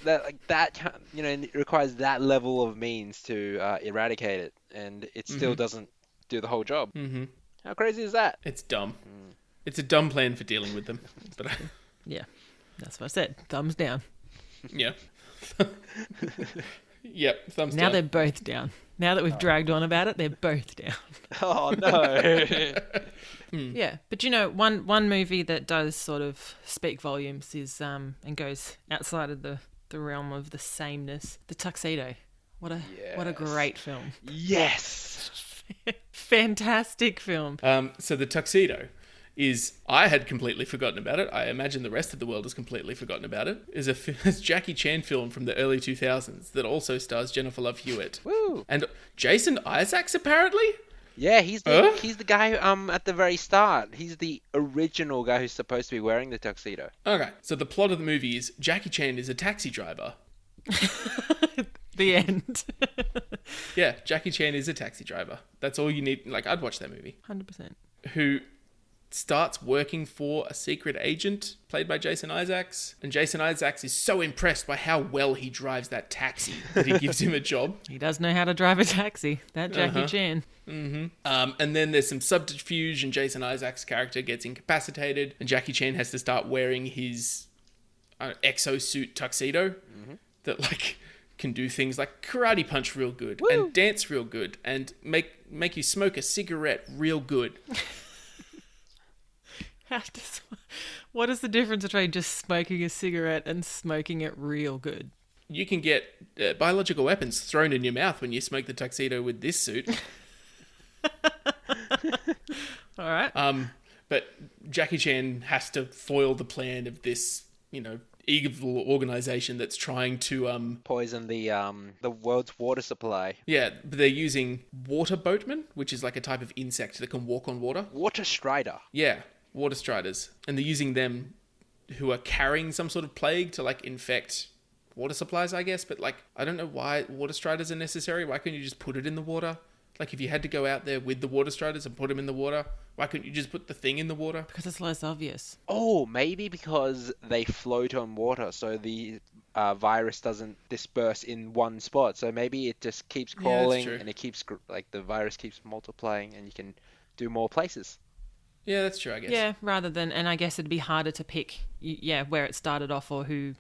S2: that like that ki- you know and it requires that level of means to uh, eradicate it, and it still doesn't do the whole job.
S4: Mhm.
S2: How crazy is that?
S4: It's dumb.
S2: Mm.
S4: It's a dumb plan for dealing with them. But I,
S3: Yeah. That's what I said. Thumbs down.
S4: yeah. yep. Thumbs
S3: Now
S4: down. Oh.
S3: they're both down. Now that we've dragged on about it, they're both down.
S2: Oh no.
S3: Yeah, but you know, one one movie that does sort of speak volumes is um and goes outside of the the realm of the sameness. The Tuxedo. What a what a
S2: Yes.
S3: great film.
S2: yes.
S3: Fantastic film.
S4: Um, so the tuxedo is I had completely forgotten about it. I imagine the rest of the world has completely forgotten about it. Is a fi- is Jackie Chan film from the early 2000s that also stars Jennifer Love Hewitt
S2: Woo.
S4: and Jason Isaacs apparently.
S2: Yeah, he's the
S4: Huh?
S2: he's the guy who, um at the very start. He's the original guy who's supposed to be wearing the tuxedo.
S4: Okay, so the plot of the movie is Jackie Chan is a taxi driver
S3: the end.
S4: Yeah, Jackie Chan is a taxi driver. That's all you need. Like, I'd watch that movie.
S3: 100%.
S4: Who starts working for a secret agent played by Jason Isaacs. And Jason Isaacs is so impressed by how well he drives that taxi that he gives him a job.
S3: He does know how to drive a taxi. That Jackie Chan.
S4: Um, and then there's some subterfuge, and Jason Isaacs' character gets incapacitated, and Jackie Chan has to start wearing his uh, exosuit tuxedo that like can do things like karate punch real good and dance real good and make make you smoke a cigarette real good.
S3: How does, what is the difference between just smoking a cigarette and smoking it real good?
S4: You can get uh, biological weapons thrown in your mouth when you smoke the tuxedo with this suit.
S3: All right.
S4: Um, but Jackie Chan has to foil the plan of this, you know, evil organization that's trying to um,
S2: Poison the um the world's water supply.
S4: Yeah, but they're using water boatmen, which is like a type of insect that can walk on water.
S2: Water Strider.
S4: Yeah, water striders. And they're using them who are carrying some sort of plague to like infect water supplies, I guess. But like, I don't know why water striders are necessary. Why couldn't you just put it in the water? Like, if you had to go out there with the water striders and put them in the water, why couldn't you just put the thing in the water?
S3: Because it's less obvious.
S2: Oh, maybe because they float on water, so the uh, virus doesn't disperse in one spot. So maybe it just keeps
S4: that's
S2: crawling
S4: true.
S2: and it keeps gr- like the virus keeps multiplying, and you can do more places.
S4: Yeah, that's true, I guess.
S3: Yeah, rather than, and I guess it'd be harder to pick, y- yeah, where it started off or who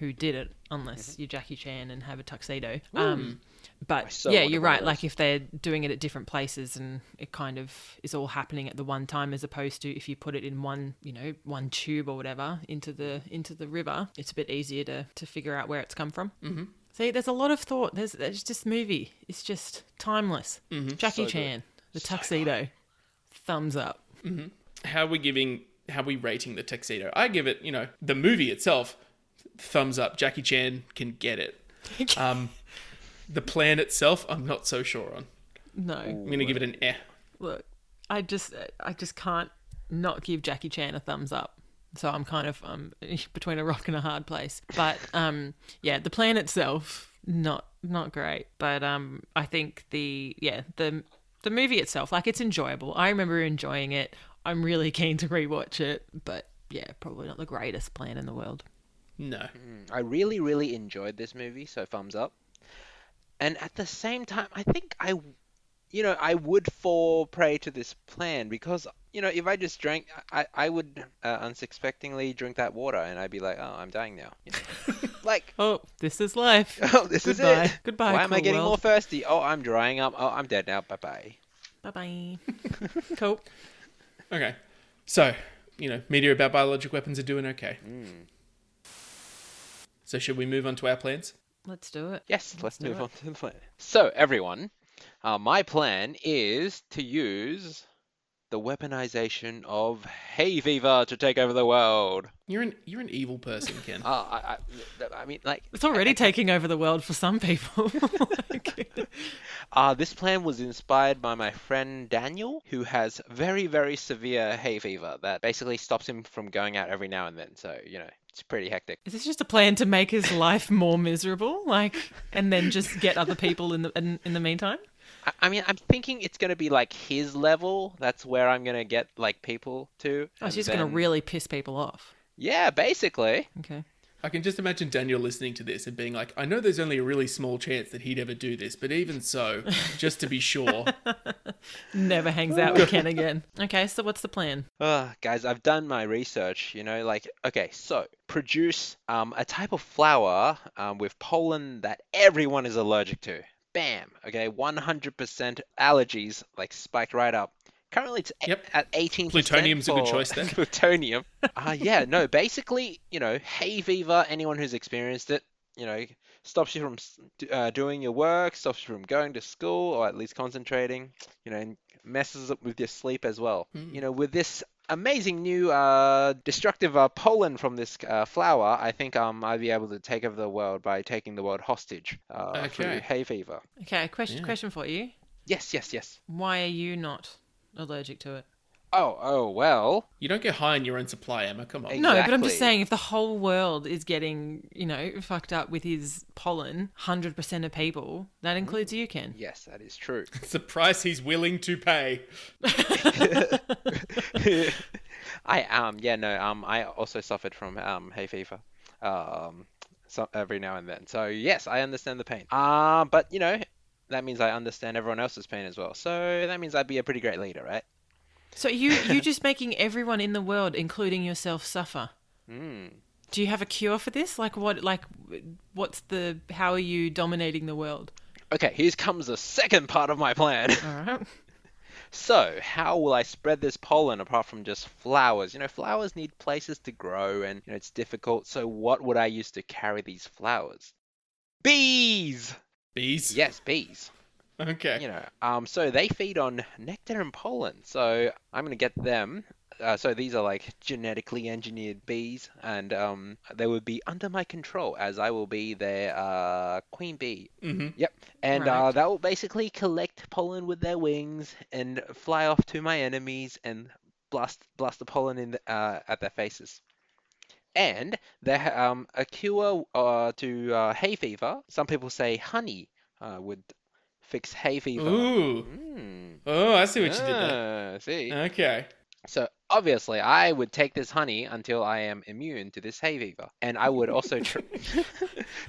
S3: who did it, unless
S2: Mm-hmm.
S3: you're Jackie Chan and have a tuxedo. Um, but
S2: so
S3: yeah,
S2: want
S3: you're
S2: one of
S3: right.
S2: those.
S3: Like if they're doing it at different places and it kind of is all happening at the one time, as opposed to if you put it in one, you know, one tube or whatever into the into the river, it's a bit easier to to figure out where it's come from. Mm-hmm. See, there's a lot of thought. There's there's just movie. It's just timeless.
S2: Mm-hmm.
S3: Jackie Chan, the tuxedo, thumbs up.
S4: How are we giving? How are we rating the tuxedo? I give it, you know, the movie itself, thumbs up. Jackie Chan can get it. Um, the plan itself, I'm not so sure on.
S3: No.
S4: I'm gonna give it an eh.
S3: look, I just I just can't not give Jackie Chan a thumbs up. So I'm kind of um between a rock and a hard place. But um yeah, the plan itself not not great, but um I think the yeah, the the movie itself like it's enjoyable. I remember enjoying it. I'm really keen to rewatch it, but yeah, probably not the greatest plan in the world.
S4: No.
S2: I really, really enjoyed this movie, so thumbs up. And at the same time, I think I, you know, I would fall prey to this plan because, you know, if I just drank, I, I would uh, unsuspectingly drink that water and I'd be like, oh, I'm dying now. You know? like,
S3: Oh, this is life.
S2: oh, this
S3: Goodbye.
S2: is it.
S3: Goodbye,
S2: Why am I
S3: cruel
S2: getting more
S3: world.
S2: thirsty? Oh, I'm drying up. Oh, I'm dead now. Bye bye.
S3: Bye-bye. cool.
S4: Okay. So, you know, media about biologic weapons are doing okay. So should we move on to our plans?
S3: Let's do it.
S2: Yes, let's,
S3: do
S2: move
S3: it.
S2: on to the plan. So, everyone, uh, my plan is to use the weaponization of Hey Viva to take over the world.
S4: You're an you're an evil person, Ken.
S2: Uh, I, I, I mean, like,
S3: It's already taking over the world for some people. Like-
S2: uh, this plan was inspired by my friend Daniel, who has very, very severe hay fever that basically stops him from going out every now and then. So, you know, it's pretty hectic.
S3: Is this just a plan to make his life more miserable, like, and then just get other people in the in, in the meantime?
S2: I, I mean, I'm thinking it's going to be like his level. That's where I'm going to get, like, people to.
S3: Oh,
S2: and
S3: she's just gonna
S2: then-
S3: really piss people off.
S2: Yeah, basically.
S3: Okay.
S4: I can just imagine Daniel listening to this and being like, I know there's only a really small chance that he'd ever do this, but even so, just to be sure,
S3: Never hangs out with Ken again. Okay, so what's the plan?
S2: Uh, guys, I've done my research, you know, like, okay, so produce um, a type of flour um, with pollen that everyone is allergic to. Bam, okay, 100% allergies, like, spiked right up. Currently, it's a-
S4: Yep.
S2: at 18%.
S4: Plutonium's a good
S2: for-
S4: choice there.
S2: plutonium. Uh, yeah, no, basically, you know, hay fever, anyone who's experienced it, you know, stops you from s- d- uh, doing your work, stops you from going to school, or at least concentrating, you know, and messes up with your sleep as well. You know, with this amazing new uh, destructive uh, pollen from this uh, flower, I think um, I'd be able to take over the world by taking the world hostage uh,
S4: Okay.
S2: through hay fever.
S3: Okay, question question for you.
S2: Yes, yes, yes.
S3: Why are you not allergic to it?
S2: Oh, oh well.
S4: You don't get high on your own supply, Emma. Come on.
S3: No, but I'm just
S2: Exactly.
S3: saying if the whole world is getting, you know, fucked up with his pollen, 100% of people, that
S2: Mm.
S3: includes you, Ken.
S2: Yes, that is true.
S4: It's the price he's willing to pay.
S2: I um yeah no um I also suffered from um hay fever, um so every now and then. So yes, I understand the pain. Um, but you know that means I understand everyone else's pain as well. So that means I'd be a pretty great leader, right?
S3: So you you just making everyone in the world, including yourself, suffer.
S2: Hmm.
S3: Do you have a cure for this? Like what? Like what's the? How are you dominating the world?
S2: Okay, here comes the second part of my plan.
S3: All right.
S2: So, how will I spread this pollen apart from just flowers? You know, flowers need places to grow and you know, it's difficult. So, what would I use to carry these flowers? Bees!
S4: Bees.
S2: Yes, bees.
S4: Okay.
S2: You know, um, so they feed on nectar and pollen. So, I'm going to get them. Uh, so, these are like genetically engineered bees, and um, they would be under my control as I will be their uh, queen bee
S4: hmm
S2: Yep. And
S3: Right.
S2: uh, that will basically collect pollen with their wings and fly off to my enemies and blast blast the pollen in the, uh, at their faces. And they ha- um, a cure uh, to uh, hay fever. Some people say honey uh, would fix hay fever.
S4: Ooh.
S2: Mm.
S4: Oh, I see what you did there.
S2: Ah, See.
S4: Okay.
S2: So obviously, I would take this honey until I am immune to this hay fever, and I would also tr-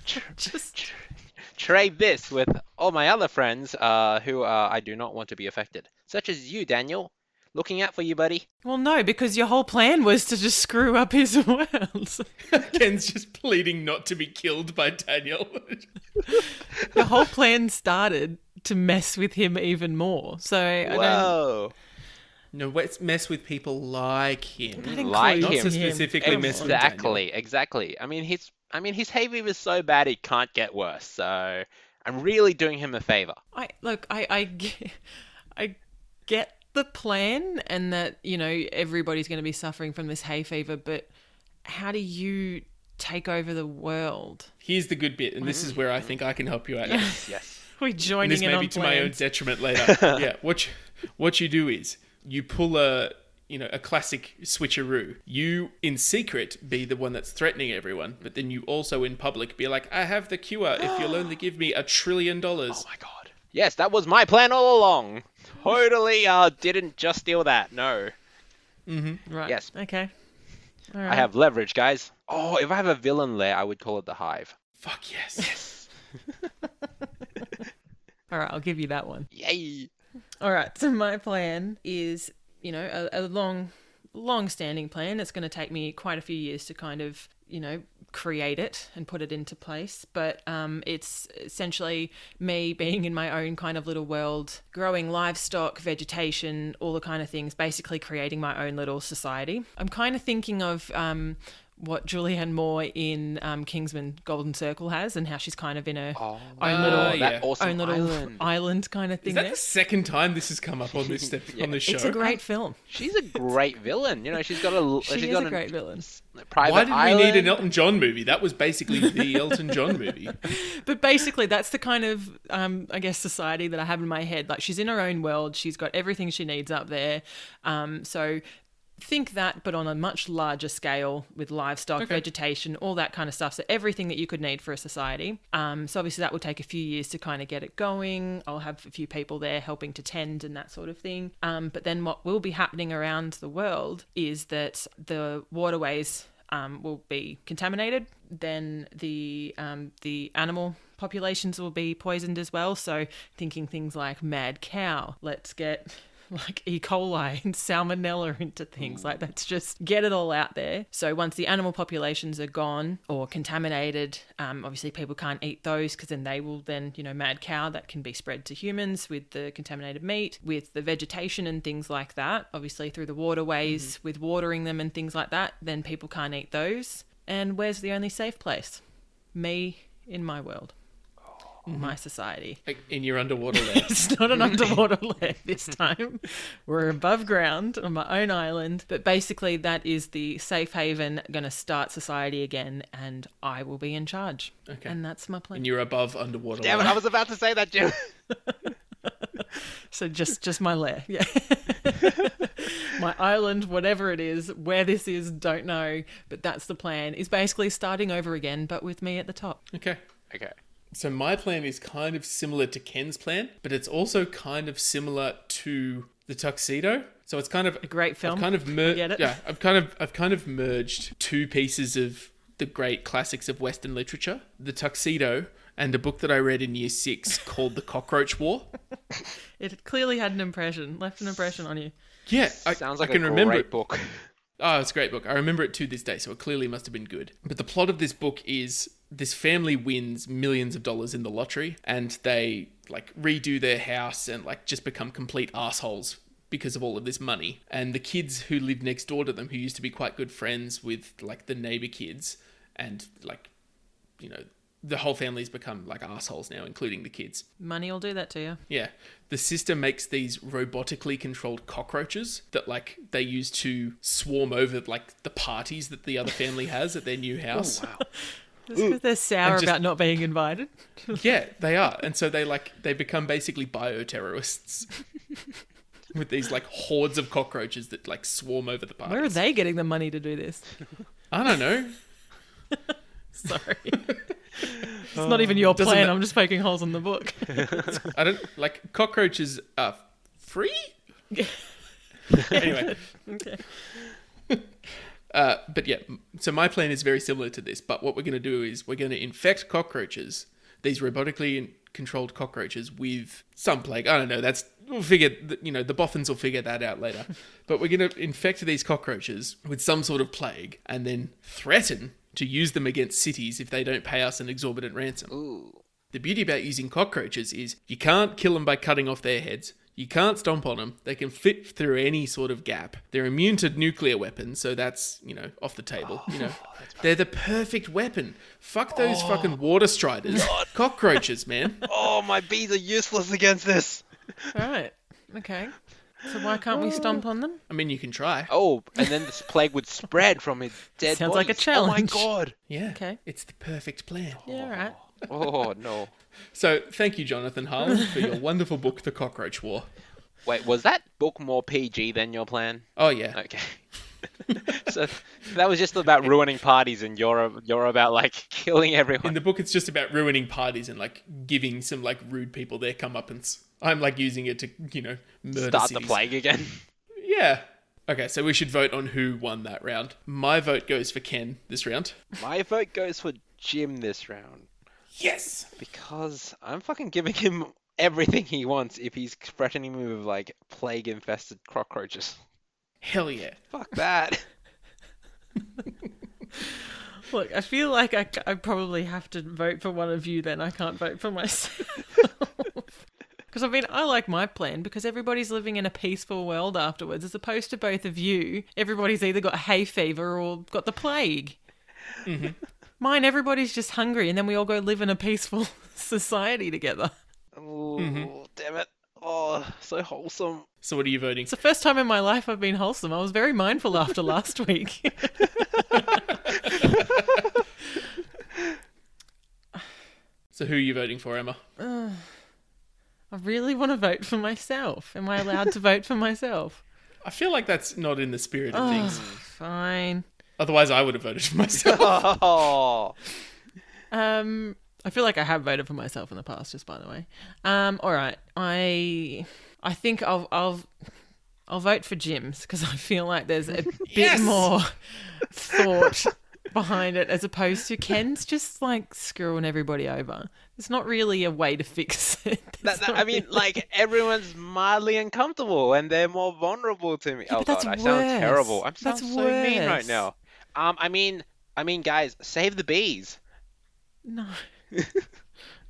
S2: tr-
S3: Just
S2: trade this with all my other friends uh, who uh, I do not want to be affected, such as you, Daniel. Looking out for you, buddy.
S3: well, no, because your whole plan was to just screw up his world.
S4: Ken's just pleading not to be killed by Daniel.
S3: your whole plan started to mess with him even more. So I don't.
S2: Whoa!
S4: no, let's mess with people like him.
S3: That
S2: Like
S3: includes
S2: him. Not
S4: so specifically
S3: Come
S4: mess
S3: on.
S4: with- Daniel.
S2: Exactly, exactly. I mean, his, I mean, his hay fever is so bad it can't get worse. So I'm really doing him a favor.
S3: I look, I, I, ge- I get the plan, and that you know everybody's going to be suffering from this hay fever. But how do you take over the world?
S4: Here's the good bit, and this is where I think I can help you out.
S2: Yes.
S3: We're joining
S4: And this
S3: in
S4: may
S3: on
S4: be to my own
S3: plans.
S4: detriment later. yeah, what you, what you do is you pull a you know a classic switcheroo. You in secret be the one that's threatening everyone, but then you also in public be like, "I have the cure. If you'll only give me a trillion dollars."
S2: Oh my god. Yes, that was my plan all along. Totally, uh, didn't just steal that. No.
S3: Right.
S2: Yes.
S3: Okay. All right.
S2: I have leverage, guys. Oh, if I have a villain lair, I would call it the Hive.
S4: Fuck yes.
S3: All right. I'll give you that one.
S2: Yay!
S3: All right. So my plan is, you know, a, a long, long-standing plan. It's going to take me quite a few years to kind of, you know, create it and put it into place. But um, it's essentially me being in my own kind of little world, growing livestock, vegetation, all the kind of things. Basically, creating my own little society. I'm kind of thinking of. Um, what Julianne Moore in um, Kingsman Golden Circle has, and how she's kind of in her own little,
S4: Oh, yeah.
S2: that awesome
S3: own little
S2: island.
S3: island. kind of thing.
S4: Is that
S3: there.
S4: the second time this has come up on this step, on this show?
S3: It's a great film.
S2: She's a great villain. You know, she's got a l-
S3: She
S2: she's
S3: is
S2: got
S3: a
S2: an-
S3: great villain.
S2: a private
S4: Why did we need an
S2: island.
S4: Elton John movie? That was basically the Elton John movie.
S3: But basically, that's the kind of, um, I guess, society that I have in my head. Like, she's in her own world. She's got everything she needs up there. Um, so think that, but on a much larger scale with livestock, vegetation, all that kind of stuff. So everything that you could need for a society. Um, so obviously, that will take a few years to kind of get it going. I'll have a few people there helping to tend and that sort of thing. Um, but then what will be happening around the world is that the waterways um, will be contaminated. Then the um, the animal populations will be poisoned as well. So thinking things like mad cow. Let's get like E. coli and salmonella into things like that's just get it all out there. So once the animal populations are gone or contaminated, um, obviously people can't eat those because then they will then you know mad cow that can be spread to humans with the contaminated meat, with the vegetation and things like that. Obviously through the waterways with watering them and things like that, then people can't eat those. And where's the only safe place? Me in my world, my society.
S4: Like, in your underwater lair.
S3: It's not an underwater lair this time. We're above ground on my own island. But basically, that is the safe haven, going to start society again, and I will be in charge.
S4: Okay.
S3: And that's my plan.
S4: And you're above underwater
S2: Damn it,
S4: lair.
S2: I was about to say that, Jim.
S3: so just just my lair. Yeah. my island, whatever it is, where this is, don't know. But that's the plan. Is basically starting over again, but with me at the top.
S4: Okay.
S2: Okay.
S4: So my plan is kind of similar to Ken's plan, but it's also kind of similar to the tuxedo. So it's kind of a
S3: great film.
S4: I've kind of mer-
S3: Get it?
S4: yeah, I've kind of I've kind of merged two pieces of the great classics of Western literature, the tuxedo, and a book that I read in year six called The Cockroach War.
S3: It clearly had an impression, left an impression on you.
S4: Yeah, I,
S2: Sounds like
S4: I can
S2: a
S4: remember
S2: great
S4: it.
S2: book.
S4: Oh, it's a great book. I remember it to this day, so it clearly must have been good. But the plot of this book is this family wins millions of dollars in the lottery and they like redo their house and like just become complete assholes because of all of this money. And the kids who live next door to them, who used to be quite good friends with like the neighbor kids and like, you know, the whole family's become like assholes now, including the kids.
S3: Money will do that to you.
S4: Yeah. The sister makes these robotically controlled cockroaches that like they use to swarm over like the parties that the other family has at their
S3: Oh,
S4: new house.
S3: Just because they're sour
S4: And just-
S3: about not being invited.
S4: Yeah, they are. And so they like they become basically bioterrorists. With these like hordes of cockroaches that like swarm over the parties.
S3: Where are they getting the money to do this?
S4: I don't know.
S3: Sorry. it's not even your
S4: Doesn't
S3: plan.
S4: ma-
S3: I'm just poking holes in the book.
S4: I don't like cockroaches are free. anyway,
S3: okay.
S4: Uh, but yeah, m- so my plan is very similar to this. But what we're going to do is we're going to infect cockroaches, these robotically in- controlled cockroaches, with some plague. I don't know. That's we'll figure. th- You know, the boffins will figure that out later. but we're going to infect these cockroaches with some sort of plague, and then threaten to use them against cities if they don't pay us an exorbitant ransom.
S2: Ooh.
S4: The beauty about using cockroaches is you can't kill them by cutting off their heads. You can't stomp on them. They can fit through any sort of gap. They're immune to nuclear weapons, so that's, you know, off the table, you know. They're the perfect weapon. Fuck those fucking water striders. Cockroaches, man.
S2: Oh, my bees are useless against this.
S3: All right. Okay. So why can't we stomp on them?
S4: I mean, you can try.
S2: Oh, and then this plague would spread from his dead
S3: Sounds like a
S2: bodies. Oh my
S3: challenge.
S2: god.
S4: Yeah.
S3: okay.
S4: It's the perfect plan.
S3: Yeah, all right.
S2: Oh no.
S4: So, thank you, Jonathan Harlan, for your wonderful book, The Cockroach War.
S2: Wait, was that book more PG than your plan?
S4: Oh, yeah.
S2: Okay. so that was just about ruining parties, and you're you're about like killing
S4: In
S2: everyone.
S4: the book, it's just about ruining parties and, like, giving some, like, rude people their comeuppance. I'm, like, using it to, you know, murder
S2: Start the
S4: cities.
S2: plague again.
S4: Yeah. Okay, so we should vote on who won that round. My vote goes for Ken this round.
S2: My vote goes for Jim this round
S4: Yes.
S2: because I'm fucking giving him everything he wants if he's threatening me with like plague-infested cockroaches.
S4: Hell yeah.
S2: Fuck that.
S3: Look, I feel like I, I probably have to vote for one of you then. I can't vote for myself. Because, I mean, I like my plan because everybody's living in a peaceful world afterwards. As opposed to both of you, everybody's either got hay fever or got the plague. Mm-hmm. Mine, everybody's just hungry and then we all go live in a peaceful society together.
S2: Ooh, damn it. Oh, so wholesome.
S4: So what are you voting?
S3: It's the first time in my life I've been wholesome. I was very mindful after last week.
S4: So who are you voting for, Emma?
S3: I really want to vote for myself. Am I allowed to vote for myself? Oh,
S4: I feel like that's not in the spirit of things.
S3: Fine.
S4: Otherwise, I would have voted for myself.
S2: Oh.
S3: Um, I feel like I have voted for myself in the past. Just by the way. Um, all right. I I think I'll I'll I'll vote for Jim's because I feel like there's a bit
S4: Yes!
S3: more thought behind it as opposed to Ken's just like screwing everybody over. There's not really a way to fix it.
S2: That,
S3: There's
S2: that-
S3: not
S2: I mean,
S3: really-
S2: like everyone's mildly uncomfortable and they're more vulnerable to me. oh
S3: but that's
S2: god, I sound terrible.
S3: worse.
S2: I'm sound
S3: That's
S2: so mean right
S3: worse.
S2: now. Um, I mean, I mean, guys, save the bees.
S3: no.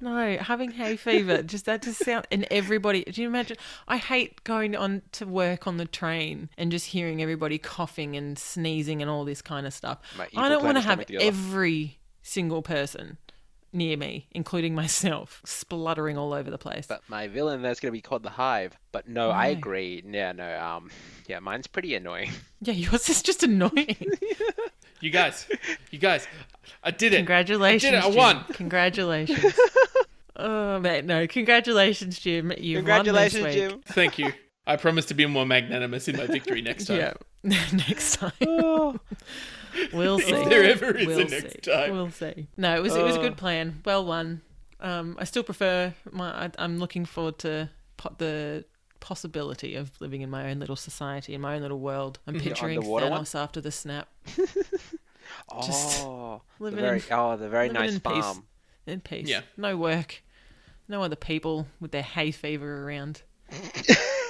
S3: No, having hay fever just that just sound and everybody. Do you imagine? I hate going on to work on the train and just hearing everybody coughing and sneezing and all this kind of stuff.
S2: My evil
S3: I don't
S2: plan
S3: want to
S2: is
S3: have
S2: coming together.
S3: every single person near me, including myself, spluttering all over the place.
S2: But my villain there's gonna be called the Hive. But no, I
S3: No.
S2: agree. Yeah, no. Um, yeah, mine's pretty annoying.
S3: yeah, yours is just annoying.
S4: you guys, you guys, I did it.
S3: Congratulations,
S4: I did it. I
S3: Jim.
S4: won.
S3: Congratulations. oh mate, no, congratulations, Jim. You
S2: Congratulations,
S3: won this week.
S2: Jim.
S4: Thank you. I promise to be more magnanimous in my victory next time.
S3: Yeah. next time.
S2: Oh,
S3: We'll see.
S4: there ever is a
S3: we'll
S4: next
S3: see.
S4: time.
S3: We'll see. No, it was it was a
S4: Oh.
S3: good plan. Well won. Um, I still prefer my. I, I'm looking forward to po- the possibility of living in my own little society, in my own little world.
S4: Mhm.
S3: I'm picturing
S2: underwater
S3: Thanos
S2: one?
S3: after the snap Just
S2: oh, the
S3: living
S2: very,
S3: in-
S2: oh, the very
S3: living
S2: nice
S3: in peace.
S2: farm.
S3: in peace.
S4: Yeah.
S3: No work. No other people with their hay fever around.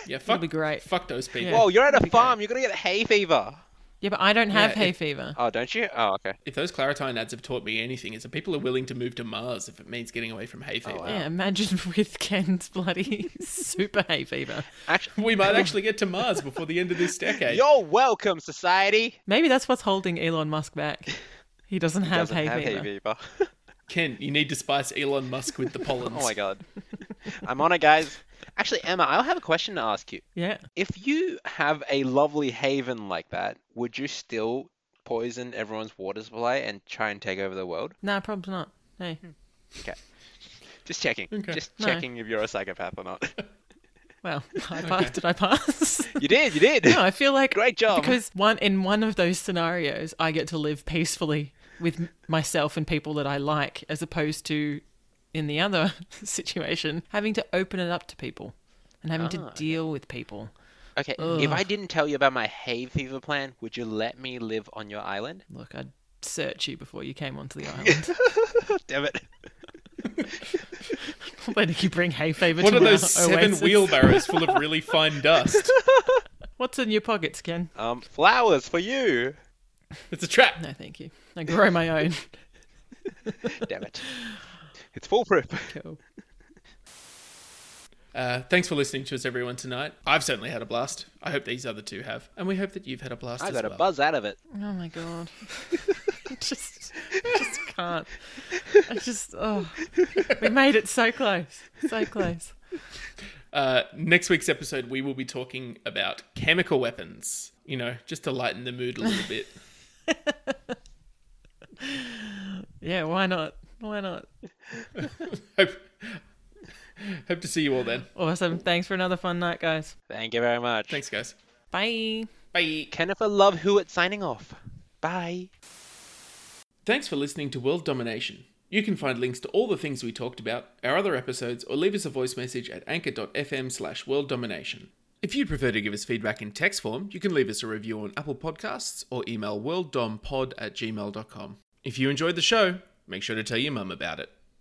S4: Yeah, fuck,
S3: That'd be great.
S4: Fuck those people.
S2: Whoa, Oh, you're at a farm. You're gonna get hay fever.
S3: Yeah, but I don't have
S4: Yeah,
S3: hay
S4: if-
S3: fever.
S2: Oh, don't you? Oh, okay.
S4: If those Claritine ads have taught me anything, is that people are willing to move to Mars if it means getting away from hay fever.
S2: wow.
S3: Yeah, imagine with Ken's bloody super hay fever.
S2: Actually,
S4: We might actually get to Mars before the end of this decade.
S2: you're welcome, society.
S3: Maybe that's what's holding Elon Musk back. He doesn't have
S2: Doesn't
S3: hay
S2: have
S3: fever.
S2: hay fever.
S4: Ken, you need to spice Elon Musk with the pollens.
S2: oh my god. I'm on it, guys. Actually, Emma, I'll have a question to ask you.
S3: Yeah.
S2: If you have a lovely haven like that, would you still poison everyone's water supply and try and take over the world?
S3: Nah, probably not. No.
S2: Just checking.
S4: Okay.
S2: Just
S3: No.
S2: checking if you're a psychopath or not.
S3: Well, I passed. Did I pass?
S2: you did. You did.
S3: no, I feel like
S2: Great job.
S3: because one in one of those scenarios, I get to live peacefully with m- myself and people that I like, as opposed to in the other situation having to open it up to people and having
S2: Ah,
S3: to
S2: okay.
S3: deal with people.
S2: Okay, if I didn't tell you about my hay fever plan, would you let me live on your island?
S3: Look, I'd search you before you came onto the island.
S2: Damn it.
S3: Why did you bring hay fever
S4: What
S3: to
S4: are
S3: our
S4: those seven
S3: oasis?
S4: wheelbarrows full of really fine dust?
S3: What's in your pockets, Ken?
S2: Um, flowers for you.
S4: It's a trap.
S3: No, thank you. I grow my own.
S2: Damn it. It's foolproof.
S3: Cool.
S4: Uh, thanks for listening to us, everyone, tonight. I've certainly had a blast. I hope these other two have. And we hope that you've had a blast
S2: I
S4: as
S2: got a
S4: well.
S2: buzz out of it.
S3: Oh my god. I just just can't. I just oh we made it so close. So close.
S4: Uh, next week's episode, we will be talking about chemical weapons. You know, just to lighten the mood a little bit.
S3: Yeah, why not? Why not?
S4: hope, hope to see you all then.
S3: Awesome. Thanks for another fun night, guys.
S2: Thank you very much.
S4: Thanks, guys.
S3: Bye.
S4: Bye.
S2: Kenneth Love Hewitt signing off. Bye.
S4: Thanks for listening to World Domination. You can find links to all the things we talked about, our other episodes, or leave us a voice message at anchor.fm slash world domination. If you'd prefer to give us feedback in text form, you can leave us a review on Apple Podcasts or email worlddompod at gmail.com. If you enjoyed the show, make sure to tell your mum about it.